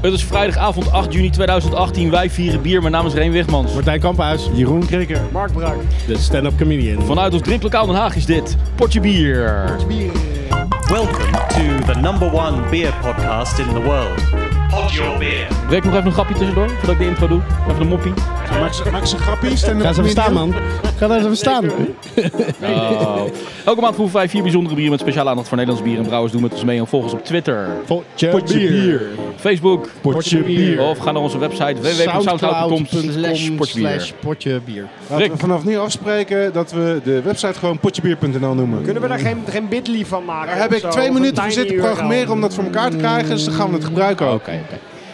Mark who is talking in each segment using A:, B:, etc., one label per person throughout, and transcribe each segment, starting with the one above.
A: Het is vrijdagavond 8 juni 2018. Wij vieren bier. Mijn naam is Reen Wigmans.
B: Martijn Kamphuis, Jeroen Krikker, Mark Brak, de stand-up comedian.
A: Vanuit ons drinklokaal Den Haag is dit Potje Bier.
C: Welcome to the number one beer podcast in the world. Pod Your Beer.
A: Brek nog even een grapje tussendoor, voordat ik de intro doe. Even een moppie.
D: Maak ze, maak ze grappies.
B: Ga eens even staan, man. Ga daar eens even staan.
A: Elke maand proeven wij vier bijzondere bieren met speciale aandacht voor Nederlands bier en brouwers. Doe met ons mee en volg ons op Twitter,
B: Potje,
D: Potje bier.
A: Facebook
B: Potje bier.
A: of ga naar onze website www.soundcloud.com slash potjebier.
B: potje bier.
D: Laten we
A: Rick.
D: vanaf nu afspreken dat we de website gewoon potjebier.nl noemen.
E: Kunnen we daar geen, geen bit.ly van maken?
D: Daar heb ik twee minuten voor zitten programmeren om dat voor elkaar te krijgen. Dus dan gaan we het gebruiken ook.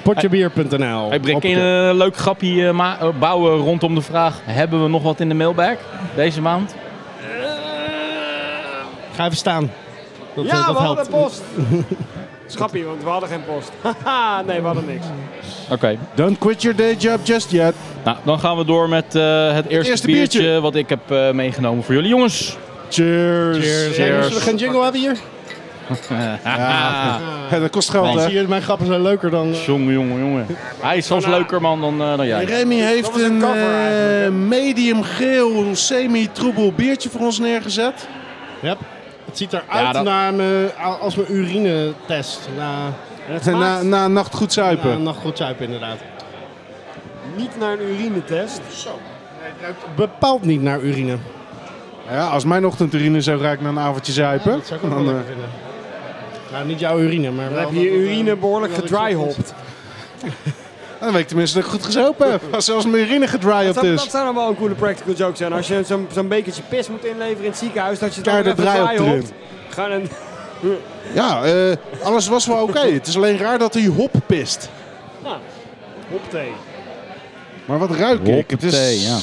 B: Potjebier.nl.
A: Hey Brek, kun je een leuk grapje eh, ma- eh, bouwen rondom de vraag... hebben we nog wat in de mailbag deze maand?
B: Ga even staan. Dat,
E: Ja,
B: eh, dat
E: we hadden
B: helpt.
E: post. Schappie, want we hadden geen post. Haha, nee, we hadden niks.
A: Oké.
D: Don't quit your day job just yet.
A: Nou, dan gaan we door met eh, het eerste,
D: eerste
A: biertje,
D: biertje.
A: wat ik heb eh, meegenomen voor jullie. Jongens,
D: Cheers.
B: Zullen we geen jingle hebben hier?
D: Hé, dat kost geld, hè?
B: Zie je, mijn grappen zijn leuker dan... eh,
A: jongen, jongen, jongen. Hij is soms leuker man dan, eh, dan jij.
D: Remy heeft
E: Dat was een
D: een, eh,
E: cover eigenlijk,
D: medium geel, semi-troebel biertje voor ons neergezet.
B: Yep. Het ziet eruit
A: Ja, dat-
B: naar mijn, als mijn urinetest. Na,
D: Na, na een nacht goed
B: na een
D: zuipen.
B: nacht goed zuipen, inderdaad.
E: Niet naar een urinetest.
B: Bepaald niet naar urine.
D: Ja, als mijn ochtendurine zou ruiken na een avondje zuipen.
B: Dat zou ik ook wel
D: dan,
B: lekker vinden. Nou, niet jouw urine, maar
E: Dan heb je je urine behoorlijk gedryhopt.
D: eh, dan weet ik tenminste dat ik goed gezopen heb. Als zelfs mijn urine gedry op
E: Dat, dat
D: is.
E: zou dan wel een coole practical joke zijn. Als je zo'n zo'n bekertje pis moet inleveren in het ziekenhuis, dat je
D: Daar
E: dan
D: de
E: even
D: dryhop
E: dryhopt. Gaan een...
D: Ja, eh, alles was wel oké. Het is alleen raar dat hij hop pist.
E: Nou, hopthee.
D: Maar wat ruik ik? Het is
A: Hoppatee, ja.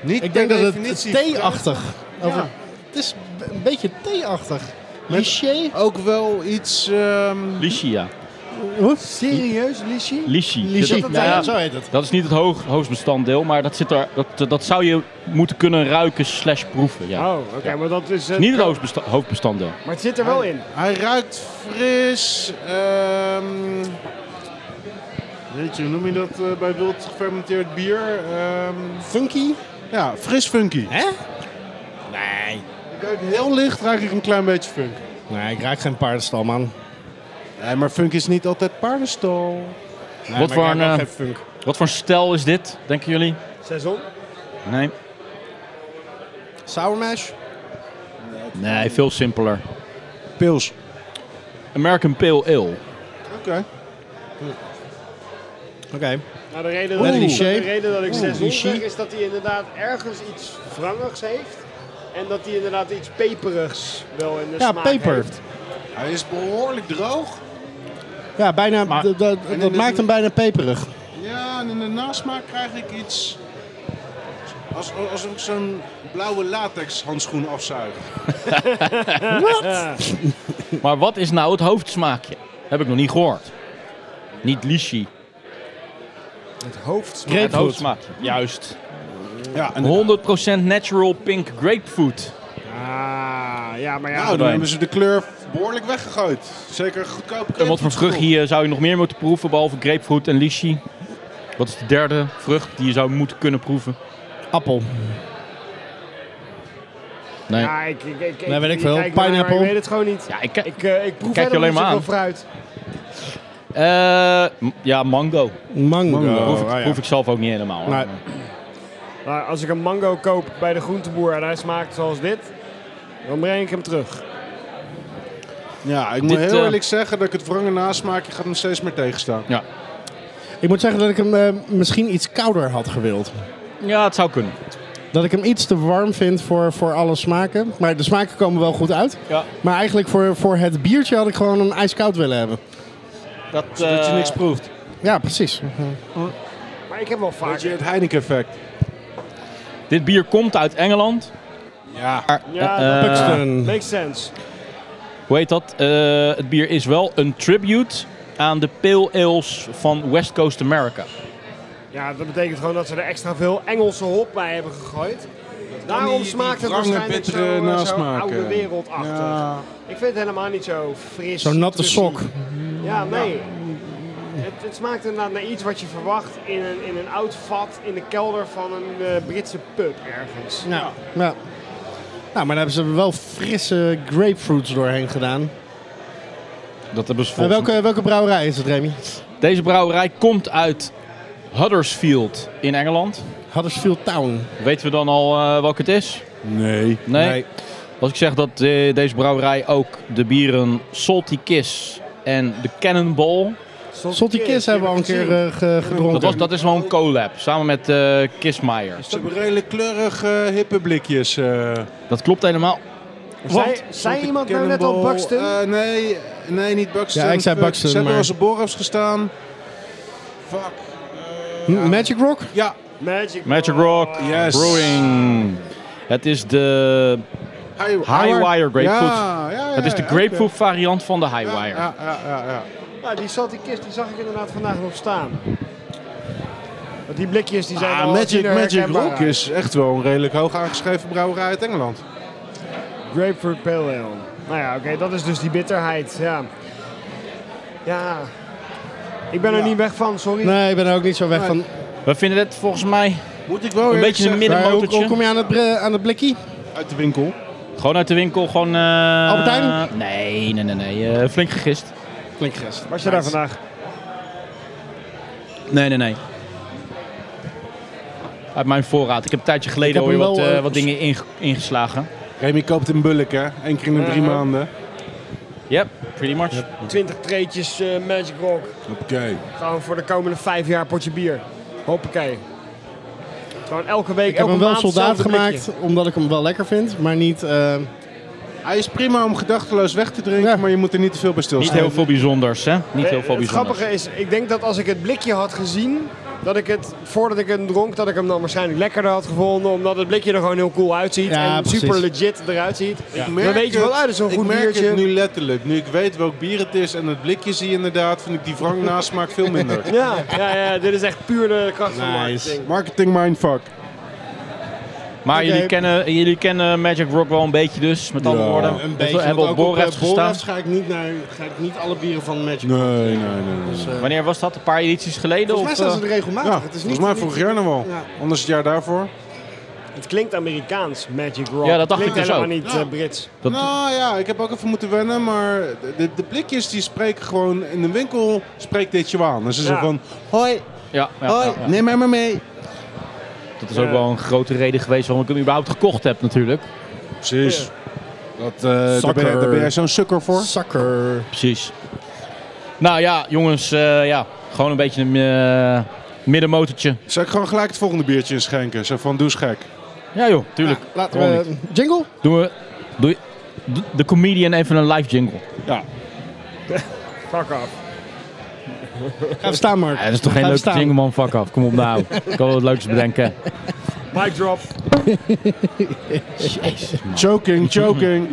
D: niet
B: Ik denk
D: per
B: dat het
D: definitie
B: thee-achtig... over- Het is b- een beetje thee-achtig. Liché?
D: Ook wel iets. ehm,
A: Lichia.
E: Serieus, Lissie?
A: Lichie.
B: Liché,
A: Zit dat-
B: ja,
A: nou ja,
B: zo heet het.
A: dat is niet het hoog, hoofdbestanddeel, maar dat, zit er, dat, dat zou je moeten kunnen ruiken slash proeven. Ja.
E: Oh, oké, maar dat is... eh,
A: Niet het hoofdbesta- hoofdbestanddeel.
E: Maar het zit er wel in.
D: hij ruikt fris. ehm, weet je, hoe noem je dat eh, bij wild gefermenteerd bier? Ehm,
B: Funky?
D: ja, fris funky.
B: Hè? Nee.
D: Ik ruik heel licht, ruik ik een klein beetje funk.
B: Nee, ik raak geen paardenstal, man.
D: Nee, maar funk is niet altijd paardenstal.
A: Wat
B: Nee, maar
A: voor
B: ik raak
A: een,
B: ook
A: eh,
B: geen funk.
A: Wat voor stel is dit, denken jullie?
E: Seizoen?
A: Nee.
B: Sour mash?
A: Nee, veel simpeler.
D: Pils.
A: American Pale Ale.
D: Oké.
B: Oké.
E: Nou, de reden,
B: Oeh.
E: dat, ik-
B: Liché.
E: de reden dat ik seizoen
B: Liché.
E: zeg is dat hij inderdaad ergens iets wrangigs heeft. En dat hij inderdaad iets peperigs wel in de
B: Ja,
E: smaak
B: peper.
E: heeft.
D: Hij is behoorlijk droog.
B: Ja, bijna, dat- dat-
D: en
B: dat
D: in de-
B: maakt hem bijna peperig.
D: Ja, en in de nasmaak krijg ik iets. Als, als ik zo'n blauwe latex handschoen afzuig.
A: Maar wat is nou het hoofdsmaakje? Heb ik nog niet gehoord. Niet lychee.
E: Het hoofd.
A: Het
B: Grapefruit.
A: hoofdsmaakje. Juist.
D: Ja, en
A: 100% natural pink grapefruit.
E: Ah, ja, maar ja.
D: nou, dan
A: Fijn.
D: hebben ze de kleur behoorlijk weggegooid. Zeker goedkoop.
A: En wat voor vrucht hier zou je nog meer moeten proeven, behalve grapefruit en lychee? Wat is de derde vrucht die je zou moeten kunnen proeven?
B: Appel.
A: Nee.
E: ja, ik, ik, ik, ik,
B: Nee, weet ik
E: ik
B: veel.
E: kijk naar, maar
B: Pineapple.
E: Ik weet het gewoon niet.
A: Ja, ik, eh
E: Ik, eh, ik proef
A: Kijk je
E: verder
A: alleen
E: niet
A: maar
E: zoveel
A: aan.
E: fruit.
A: Eh, m- ja, mango.
B: Mango. oh, Nou,
D: Mango.
A: Proef, ik,
D: ah, ja.
A: proef ik zelf ook niet helemaal. hoor.
B: Nee.
E: Maar als ik een mango koop bij de groenteboer en hij smaakt zoals dit, dan breng ik hem terug.
D: Ja, ik moet
A: Dit,
D: heel
A: eh,
D: eerlijk zeggen dat ik het wrange nasmaakje gaat me steeds meer tegenstaan.
B: Ik moet zeggen dat ik hem eh, misschien iets kouder had gewild.
A: Ja, het zou kunnen.
B: Dat ik hem iets te warm vind voor, voor alle smaken. Maar de smaken komen wel goed uit.
A: Ja.
B: Maar eigenlijk voor, voor het biertje had ik gewoon een ijskoud willen hebben.
A: Dat,
D: Dus Dat je
A: eh,
D: niks proeft.
B: Ja, precies.
E: Maar ik heb wel vaak.
D: Weet je, het Heineken-effect.
A: Dit bier komt uit Engeland.
D: Ja.
A: Maar,
E: Ja,
A: eh,
E: dat-
A: eh,
B: Buxton.
E: Makes sense.
A: hoe heet dat? Eh, het bier is wel een tribute aan de pale ales van West Coast America.
E: Ja, dat betekent gewoon dat ze er extra veel Engelse hop bij hebben gegooid.
D: die-
E: Daarom
D: die
E: smaakt het
D: wrange,
E: waarschijnlijk zo,
D: bittere
E: eh, zo
D: nasmaak,
E: oude
D: eh.
E: wereldachtig.
D: Ja.
E: Ik vind het helemaal niet zo fris.
B: Zo'n natte
E: tussen-
B: sok.
E: Ja, nee. het, het smaakt inderdaad naar iets wat je verwacht in een, in een oud vat in de kelder van een eh, Britse pub ergens.
B: Ja. ja. Nou, maar daar hebben ze wel frisse grapefruits doorheen gedaan.
A: Dat hebben ze
B: En
A: volgens
B: welke, welke brouwerij is het, Remy?
A: Deze brouwerij komt uit Huddersfield in Engeland.
B: Huddersfield Town.
A: Weten we dan al eh, welke het is?
D: Nee.
A: Nee. Als ik zeg dat eh, deze brouwerij ook de bieren Salty Kiss en de Cannonball...
B: Salty Kiss hebben we al een keer eh, ge- gedronken.
A: Dat, was, dat is wel een collab, samen met eh Kissmeyer.
D: Ze hebben redelijk kleurige, hippe blikjes. eh.
A: Dat klopt helemaal.
E: Zei,
A: Want-
E: zei iemand nou net al
D: Cannonball,
E: Buxton?
D: eh, nee, nee, niet Buxton.
B: Ja, ik zei
D: Fuck,
B: Buxton,
D: Ze hebben
B: maar-
D: als een borafs gestaan. Fuck.
B: M- Magic Rock?
D: Ja,
E: Magic,
A: Magic Rock
D: Yes.
A: Brewing. Het is de Highwire grapefruit.
D: Ja, ja, ja,
A: Het is de
D: ja,
A: grapefruit variant van de Highwire.
D: Ja, ja, ja, ja.
E: Nou, die salty kist die zag ik inderdaad vandaag nog staan. Want die blikjes die zijn
D: Ah,
E: al
D: Magic,
E: zien er
D: Magic
E: herkenbaar
D: Rock
E: uit.
D: is echt wel een redelijk hoog aangeschreven brouwerij uit Engeland.
E: Grapefruit Pale Ale. Nou ja, oké, dat is dus die bitterheid. Ja. Ja. Ik ben er
D: Ja.
E: niet weg van, sorry.
B: Nee, ik ben er ook niet zo weg van.
A: We vinden dit volgens mij
D: Moet ik wel
A: een beetje
D: eerlijk
A: een
D: zeggen,
A: midden-
B: Maar hoe,
A: motortje.
B: hoe kom je aan het, bre- aan het blikkie?
D: Uit de winkel.
A: gewoon uit de winkel. Gewoon, eh,
B: Albert Heijn?
A: Nee, nee, nee. nee. eh, flink gegist.
B: Flink gest.
E: Was je daar vandaag?
A: Nee, nee, nee. Uit mijn voorraad. Ik heb een tijdje geleden
B: Ik heb
A: alweer
B: hem
A: wat,
B: wel,
A: eh,
B: eh,
A: wat dingen inge- ingeslagen.
D: Remy koopt in bulk, hè? Eén keer in de drie
E: Ja.
D: maanden.
A: Yep, pretty much.
E: 20 treetjes eh, Magic Rock.
D: Oké.
E: Gewoon voor de komende vijf jaar potje bier. Hoppakee. Gewoon elke week,
B: Ik heb
E: elke
B: hem wel
E: maand
B: soldaat
E: hetzelfde
B: gemaakt,
E: blikje.
B: omdat ik hem wel lekker vind, maar niet... eh,
D: Hij is prima om gedachteloos weg te drinken,
B: Ja.
D: maar je moet er niet te veel bij
A: Niet
D: stilstaan.
A: heel veel bijzonders, hè? Niet heel
E: Eh,
A: veel
E: het
A: bijzonders.
E: grappige is, ik denk dat als ik het blikje had gezien, dat ik het, voordat ik hem dronk, dat ik hem dan waarschijnlijk lekkerder had gevonden. Omdat het blikje er gewoon heel cool uitziet
B: Ja,
E: en
B: precies.
E: super legit eruit ziet.
D: Ik
E: Dan weet je wel, ah, dat is een goed
D: ik merk
E: biertje.
D: het nu letterlijk. Nu ik weet welk bier het is en het blikje zie inderdaad, vind ik die wrang nasmaak veel minder.
E: Ja, ja, ja, dit is echt puur de kracht van marketing.
D: Marketing mindfuck.
A: Maar
E: Oké.
A: jullie, kennen, jullie kennen Magic Rock wel een beetje dus, met andere woorden.
B: een
A: Want
B: beetje,
A: we hebben op
B: want ook
A: Borrefs
B: eh,
A: gestaan.
B: Borrefs ga ik, niet naar, ga ik niet alle bieren van Magic
D: Nee, nee, nee. nee.
A: Wanneer was dat? Een paar edities geleden?
B: Volgens mij
A: of,
B: staan ze
A: eh,
B: er regelmatig.
D: Ja,
B: het is
D: volgens
B: niet,
D: mij
B: niet-
D: vorig jaar nog wel.
B: Ja.
D: Anders het jaar daarvoor.
E: Het klinkt Amerikaans, Magic Rock.
A: Ja, dat dacht
E: klinkt
A: ik dus
E: helemaal
A: ook.
E: niet
D: Ja.
E: eh, Brits.
A: Dat-
D: Nou ja, ik heb ook even moeten wennen, maar de, de blikjes die spreken gewoon in de winkel, spreekt dit je aan. Dus ze
E: Ja.
D: zeggen van, hoi,
A: ja, ja, ja,
D: hoi,
A: ja.
D: neem mij maar mee.
A: Dat is ook wel een grote reden geweest waarom ik hem überhaupt gekocht heb natuurlijk.
D: Precies. Dat, eh, daar, ben,
B: Sucker.
D: jij- daar ben jij zo'n sukker voor.
B: Sucker.
A: Precies. Nou ja, jongens, eh, ja, gewoon een beetje een eh, middenmotortje.
D: Zou ik gewoon gelijk het volgende biertje inschenken? Zo van, doe eens gek.
A: Ja joh, tuurlijk.
B: Laten
A: Waarom
B: we... Jingle?
A: Doen we doe, doe de comedian even een live jingle.
D: Ja.
E: Fuck off.
B: Ga even staan, Mark.
A: Ja, dat is toch
B: Ga
A: geen
B: even
A: leuke
B: staan.
A: jingle man, fuck af. Kom op nou, ik kan wel wat leuks bedenken.
E: Mic drop.
A: Jezus man,
D: Choking, choking.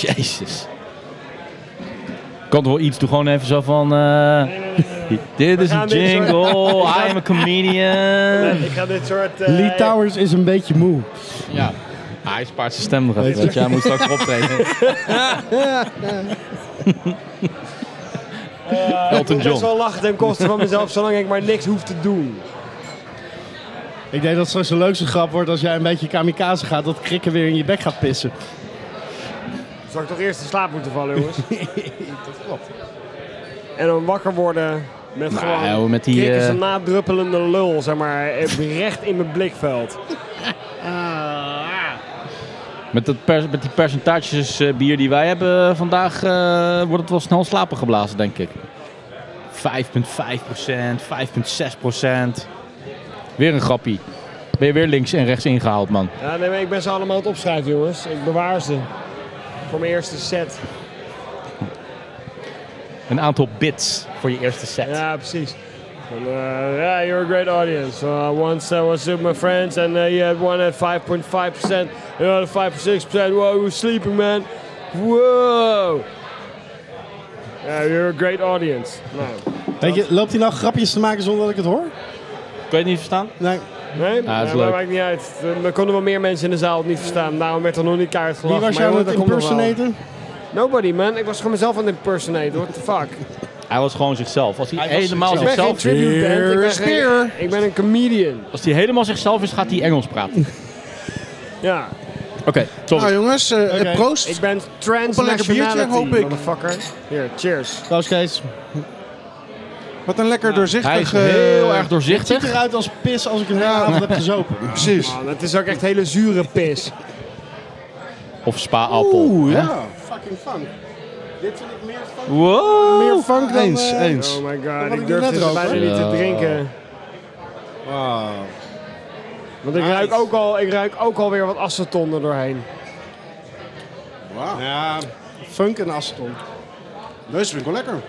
A: jezus. Kan toch wel iets, doe gewoon even zo van... eh, Dit is een
E: gaan dit soort-
A: jingle, I am a comedian.
E: Ik ga dit soort... eh,
B: Lee Towers is een beetje moe.
A: Ja. Ah, hij spaart zijn stem nog even, weet je. Hij moet straks optreden.
E: eh,
A: Elton
E: Ik moet best
A: John.
E: wel lachen ten koste van mezelf, zolang ik maar niks hoef te doen.
B: Ik denk dat straks de leukste grap wordt als jij een beetje kamikaze gaat, dat krikken weer in je bek gaat pissen.
E: Zou ik toch eerst in slaap moeten vallen, jongens? dat klopt. En dan wakker worden met
A: ja,
E: gewoon...
A: hoor, Nou, met die,
E: Kijk eens
A: eh,
E: een nadruppelende lul, zeg maar, eh, recht in mijn blikveld.
A: Met, dat per- met die percentages eh, bier die wij hebben vandaag, eh, wordt het wel snel slapen geblazen, denk ik. 5,5%, 5,6%. Weer een grappie. Ben je weer links en rechts ingehaald, man.
E: Ja, nee, maar ik ben ze allemaal aan het opschrijven, jongens. Ik bewaar ze. Voor mijn eerste set.
A: Een aantal bits voor je eerste set.
E: Ja, precies. And, uh, yeah, you're a great audience. Uh, once I was with my friends and uh, you had one at 5.5%, another 5.6%. Whoa, you were sleeping, man. Whoa. Yeah, you're a great audience. Nou,
B: Weet je, loopt hij nou grapjes te maken zonder dat ik het hoor?
A: Kun je het niet verstaan?
B: Nee.
E: nee,
A: Ah, dat is
E: Nee,
A: leuk.
E: maakt niet uit. Er er konden wel meer mensen in de zaal het niet verstaan. Daarom werd er nog niet kaart
B: Wie
E: gelachen.
B: was
E: maar
B: jou aan
E: jongen,
B: het
E: dat komt nog wel.
B: impersonaten?
E: Nobody, man. Ik was gewoon mezelf aan het impersonaten. What the fuck?
A: Hij was gewoon zichzelf. Als hij,
B: Hij was
A: helemaal
E: Ik ben geen
A: zichzelf,
E: tribute band, ik ben,
B: Spear.
E: geen, ik ben een comedian.
A: als hij helemaal zichzelf is, gaat hij Engels praten.
E: Ja,
A: Oké, sorry.
D: Nou jongens, eh, eh,
B: Oké.
D: proost.
E: ik ben
D: Op een lekker biertje, hoop
E: transnationality,
D: ik.
E: motherfucker. Hier, cheers.
B: Trouwens, Kees,
D: Wat een lekker doorzichtig...
A: Hij is
D: eh,
A: heel erg
B: ziet
A: doorzichtig.
B: eruit als pis als ik een hele avond heb gezopen.
D: Precies.
E: Man, het Ah, is ook echt hele zure pis.
A: Of spa-appel.
D: Oeh,
A: hè?
D: ja.
B: Fucking fun. Dit vind ik meer fun.
A: Wow.
D: Meer funk dan...
B: Eens,
D: eh,
B: eens.
E: Oh my
D: had
E: god,
D: ik
E: ik durf
D: net
E: dit
D: ook,
E: bijna
A: hoor.
E: niet te
A: Ja.
E: drinken. Want ik
B: Nice.
E: ruik, ook al, ik ruik ook alweer wat aceton er doorheen.
D: Wauw.
B: Ja, funk en aceton.
D: Neus vind ik wel lekker.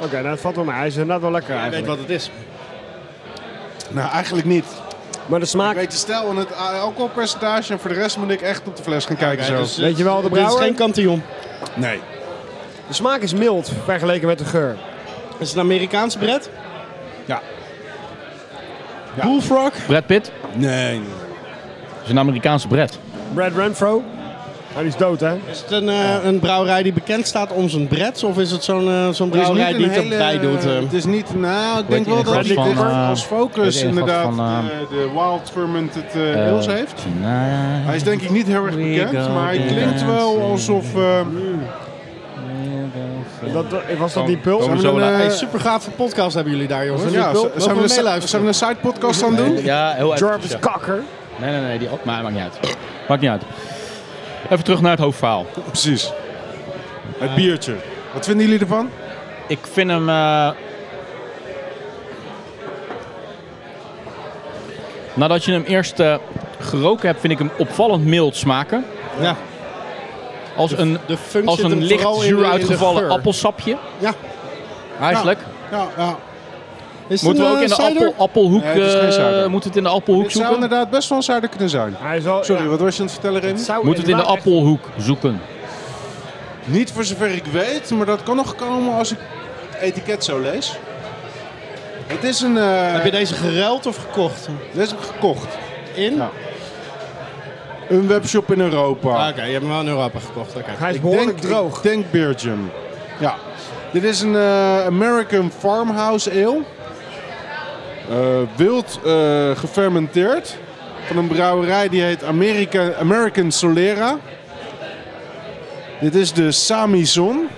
E: Oké, nou, dat valt wel mee. Hij is inderdaad wel lekker
B: Hij weet
E: eigenlijk.
B: wat het is.
D: Nou, eigenlijk niet.
E: Maar de
D: Ik
E: smaak...
D: weet de stijl en het eh, alcoholpercentage. En voor de rest moet ik echt op de fles gaan kijken zo.
B: dus-
E: Weet je wel, de
B: Dit
E: brouwer?
B: is geen kantillon.
D: Nee.
E: De smaak is mild vergeleken met de geur.
B: Is het een Amerikaanse bret?
D: Ja. Ja.
B: Bullfrog?
A: Brad Pitt
D: Nee.
A: is een Amerikaanse Brad.
E: Brad Renfro. Hij is dood, hè?
B: Is het een, eh, een brouwerij die bekend staat om zijn brets? Of is het zo'n eh, zo'n brouwerij die het erbij doet? eh?
D: Het is niet... Nou, ik
A: Weet
D: denk
A: je,
D: wel dat
A: gast
D: hij
A: van,
D: dit
A: eh,
D: als
A: weet
D: focus
A: je, gast
D: inderdaad
A: van, eh,
D: de, de wild fermented eh ales heeft. Hij is denk ik niet heel erg
A: We
D: bekend,
A: go
D: maar hij klinkt
A: dancing.
D: wel alsof... eh,
E: Dat, was dat die puls?
D: Komen
E: Hebben
D: we
E: we
D: zo
E: een,
D: naar-
E: eh,
B: Hey, super gave podcast hebben jullie daar, jongens.
D: ja,
B: Mogen
D: z-
B: we
D: zijn we, een,
B: meeluisteren?
D: zijn we een side podcast aan het doen?
A: Ja, heel even.
E: Jarvis Kakker.
A: Nee, nee, nee, die op, maar maakt niet uit. Maakt niet uit. Even terug naar het hoofdverhaal.
D: Precies. Het biertje. Wat vinden jullie ervan?
A: Ik vind hem. eh, Nadat je hem eerst eh, geroken hebt, vind ik hem opvallend mild smaken.
B: Ja.
A: Als een,
B: De funk
A: als
B: zit
A: een
B: hem
A: licht
B: vooral in de-
A: zuur
B: in de
A: uitgevallen
B: geur.
A: appelsapje.
B: Ja.
A: Eigenlijk.
D: Ja, ja.
B: Is het
A: Moeten we
B: een,
A: ook
B: eh,
A: in de
B: cider?
A: appel, appelhoek.
D: Nee, het is geen
A: eh,
D: cider.
A: moet het in de appelhoek
D: Het zou
A: zoeken?
D: inderdaad best wel een cider kunnen zijn.
E: Hij is al,
D: Sorry,
E: ja,
D: wat was je aan het vertellen, Remy?
E: zou
A: Moet het in de
E: inderdaad
A: appelhoek zoeken?
D: Niet voor zover ik weet, maar dat kan nog komen als ik het etiket zo lees. Het is een... eh,
B: Heb je deze geruild of gekocht?
D: Dit heb ik gekocht.
B: In?
D: Ja. Een webshop in Europa.
B: Ah, Oké, je hebt hem wel in Europa gekocht. Oké.
E: Hij is
D: Ik
E: behoorlijk
D: denk-
E: droog.
D: Ik denk Belgium. Ja. Dit is een eh, American Farmhouse Ale. Eh, wild eh, gefermenteerd. Van een brouwerij die heet America, American Solera. Dit is de Samison.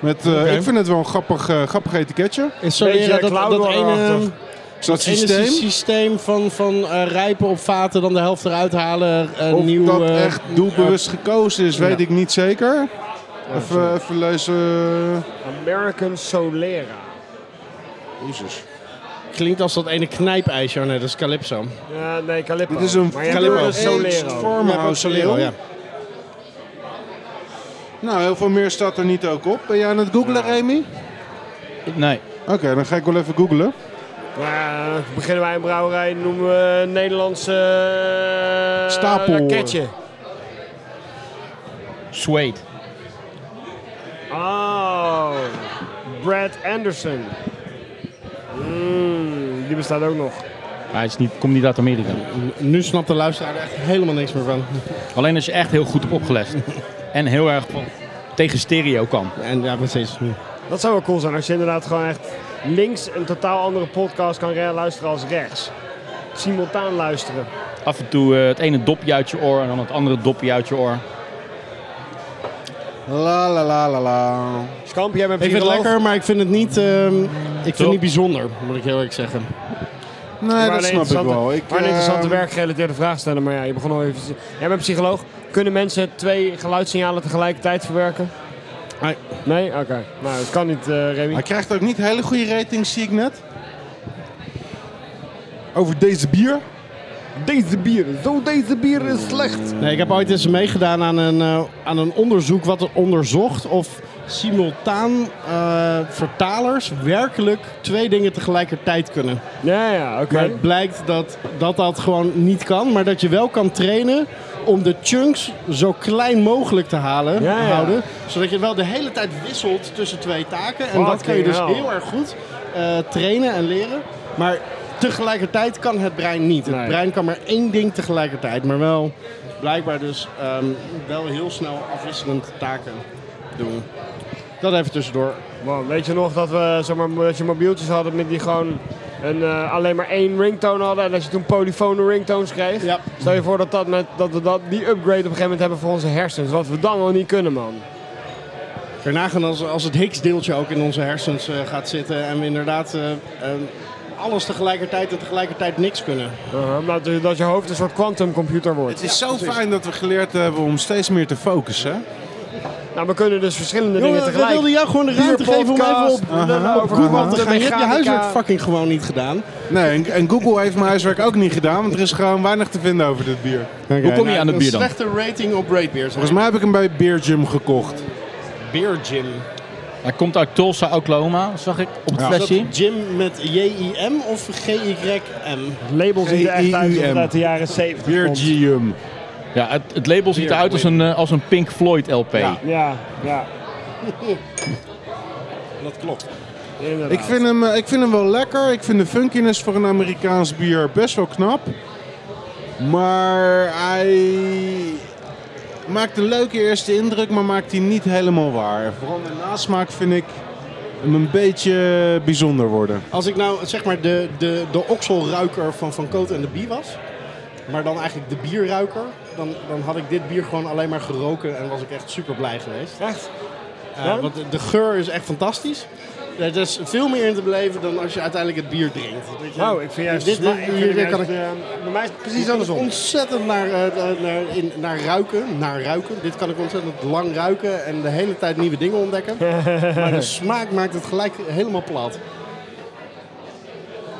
D: Met, eh, Ik vind het wel een grappig, eh, grappig etiketje.
B: Is zo
E: Beetje
B: leren dat, dat
E: Cloudwater-achtig.
B: ene,
D: Is dat
B: ene
D: systeem?
B: systeem van, van eh, rijpen op vaten, dan de helft eruit halen, eh,
D: Of
B: nieuw...
D: dat
B: eh,
D: echt doelbewust gekozen is, weet ik niet zeker. Even, even lezen.
E: American Solera.
D: Jezus.
B: Klinkt als dat ene knijpijsje. Oh nee, dat is Calypso.
E: Ja, nee, Calippo.
D: Dit is een
E: Oh. Maar je hebt
D: Calippo
E: ook een
D: Aged
E: Solero.
D: Farmhouse Ale.
B: ja.
D: Nou, heel veel meer staat er niet ook op. Ben jij aan het
E: Nou.
D: googlen, Remy?
A: Nee.
D: Oké, dan ga ik wel even googlen.
E: Maar, eh, beginnen wij een brouwerij, noemen we een Nederlandse... eh,
D: Stapel.
E: Raketje.
A: Suede.
E: Oh, Brad Anderson. Mm, die bestaat ook nog.
A: Hij is niet, komt niet uit Amerika.
B: Nu snapt de luisteraar er echt helemaal niks meer van.
A: Alleen als je echt heel goed hebt opgelegd. en heel erg van- tegen stereo kan.
B: En ja, precies.
E: Dat zou wel cool zijn als je inderdaad gewoon echt links een totaal andere podcast kan re- luisteren als rechts. Simultaan luisteren.
A: Af en toe eh, het ene dopje uit je oor en dan het andere dopje uit je oor.
D: La la la la la.
E: Skamp, jij bent
B: Ik vind het
E: viroloog.
B: lekker, maar ik vind het niet, ehm, ik vind het
A: Toch?
B: niet bijzonder, moet ik heel eerlijk zeggen.
D: Nee,
E: Maar
D: dat
E: een
D: snap ik
E: interessante-
D: wel. Ik,
E: maar een interessante
D: eh,
E: werkgerelateerde vraag stellen, maar ja, je begon al even... Jij bent psycholoog. Kunnen mensen twee geluidssignalen tegelijkertijd verwerken?
B: Nee.
E: Nee? Oké. Nou, dat kan niet, eh Remy.
D: Hij krijgt ook niet hele goede ratings, zie ik net. Over deze bier.
E: Deze bier, zo deze bier is slecht.
B: Nee, ik heb ooit eens meegedaan aan een, eh, aan een onderzoek wat er onderzocht of simultaan eh, vertalers werkelijk twee dingen tegelijkertijd kunnen.
E: Ja, ja, oké.
B: Maar het blijkt dat, dat dat gewoon niet kan, maar dat je wel kan trainen om de chunks zo klein mogelijk te halen,
E: Ja, ja.
B: houden. Zodat je wel de hele tijd wisselt tussen twee taken. En dat
E: Fucking
B: kun je dus
E: hell.
B: heel erg goed eh, trainen en leren. Maar tegelijkertijd kan het brein niet. Het
E: Nee.
B: brein kan maar één ding tegelijkertijd, maar wel blijkbaar dus ehm, wel heel snel afwisselend taken doen. Dat even tussendoor.
E: Man, weet je nog dat we zomaar dat je mobieltjes hadden met die gewoon een, eh, alleen maar één ringtone hadden en dat je toen polyfone ringtones kreeg?
B: Ja.
E: Stel je voor dat, dat, met, dat we dat, die upgrade op een gegeven moment hebben voor onze hersens. Wat we dan wel niet kunnen, man.
B: Kun je nagaan als, als het Higgs-deeltje ook in onze hersens eh, gaat zitten en we inderdaad eh, eh, alles tegelijkertijd en tegelijkertijd niks kunnen.
E: Uh-huh, maar dat, dat je hoofd een soort quantumcomputer wordt.
D: Het is zo fijn dat we geleerd hebben om steeds meer te focussen.
E: Nou, we kunnen dus verschillende dingen
B: Jongen, we
E: tegelijk.
B: wilden jou gewoon de ruimte geven om even op
E: over
B: Google te gaan. Je hebt je huiswerk fucking gewoon niet gedaan.
D: Nee, en, en Google heeft mijn huiswerk ook niet gedaan, want er is gewoon weinig te vinden over dit bier.
A: Hoe
B: nou,
A: kom je aan het bier dan?
B: Een slechte rating op Raidbeers.
D: Volgens mij heb ik hem bij Beer Gym gekocht.
B: Beer Jim.
A: Hij komt uit Tulsa, Oklahoma, zag ik op het
D: Ja.
B: Is
A: flesje.
B: dat Jim met J-I-M of G-Y-M?
E: Labels zien er echt uit als het
D: GIUM.
E: uit de jaren 70
D: Beer
E: komt.
D: Gym.
A: Ja, het, het label ziet eruit als een, eh, als een Pink Floyd LP.
D: Ja.
E: Ja, ja.
B: Dat klopt.
E: Inderdaad.
D: Ik vind, hem, eh, ik vind hem wel lekker. Ik vind de funkiness voor een Amerikaans bier best wel knap. Maar hij maakt een leuke eerste indruk, maar maakt die niet helemaal waar. Vooral de nasmaak vind ik hem een beetje bijzonder worden.
B: Als ik nou zeg maar de, de, de okselruiker van Van Koot en de Bie was, maar dan eigenlijk de bierruiker, dan, dan had ik dit bier gewoon alleen maar geroken en was ik echt super blij geweest.
E: Echt?
B: Eh,
E: Ja?
B: want de, de geur is echt fantastisch. Er is veel meer in te beleven dan als je uiteindelijk het bier drinkt. Weet je? Dus
E: Nou, ik vind juist...
B: Dit- dit-
E: maar ik vind
B: hier
E: juist,
B: kan ik-
E: eh, bij mij is het
B: Je
E: precies
B: kan het
E: andersom.
B: ontzettend naar, eh, naar, in, naar ruiken, naar ruiken. Dit kan ik ontzettend lang ruiken en de hele tijd nieuwe dingen ontdekken. maar de smaak maakt het gelijk helemaal plat.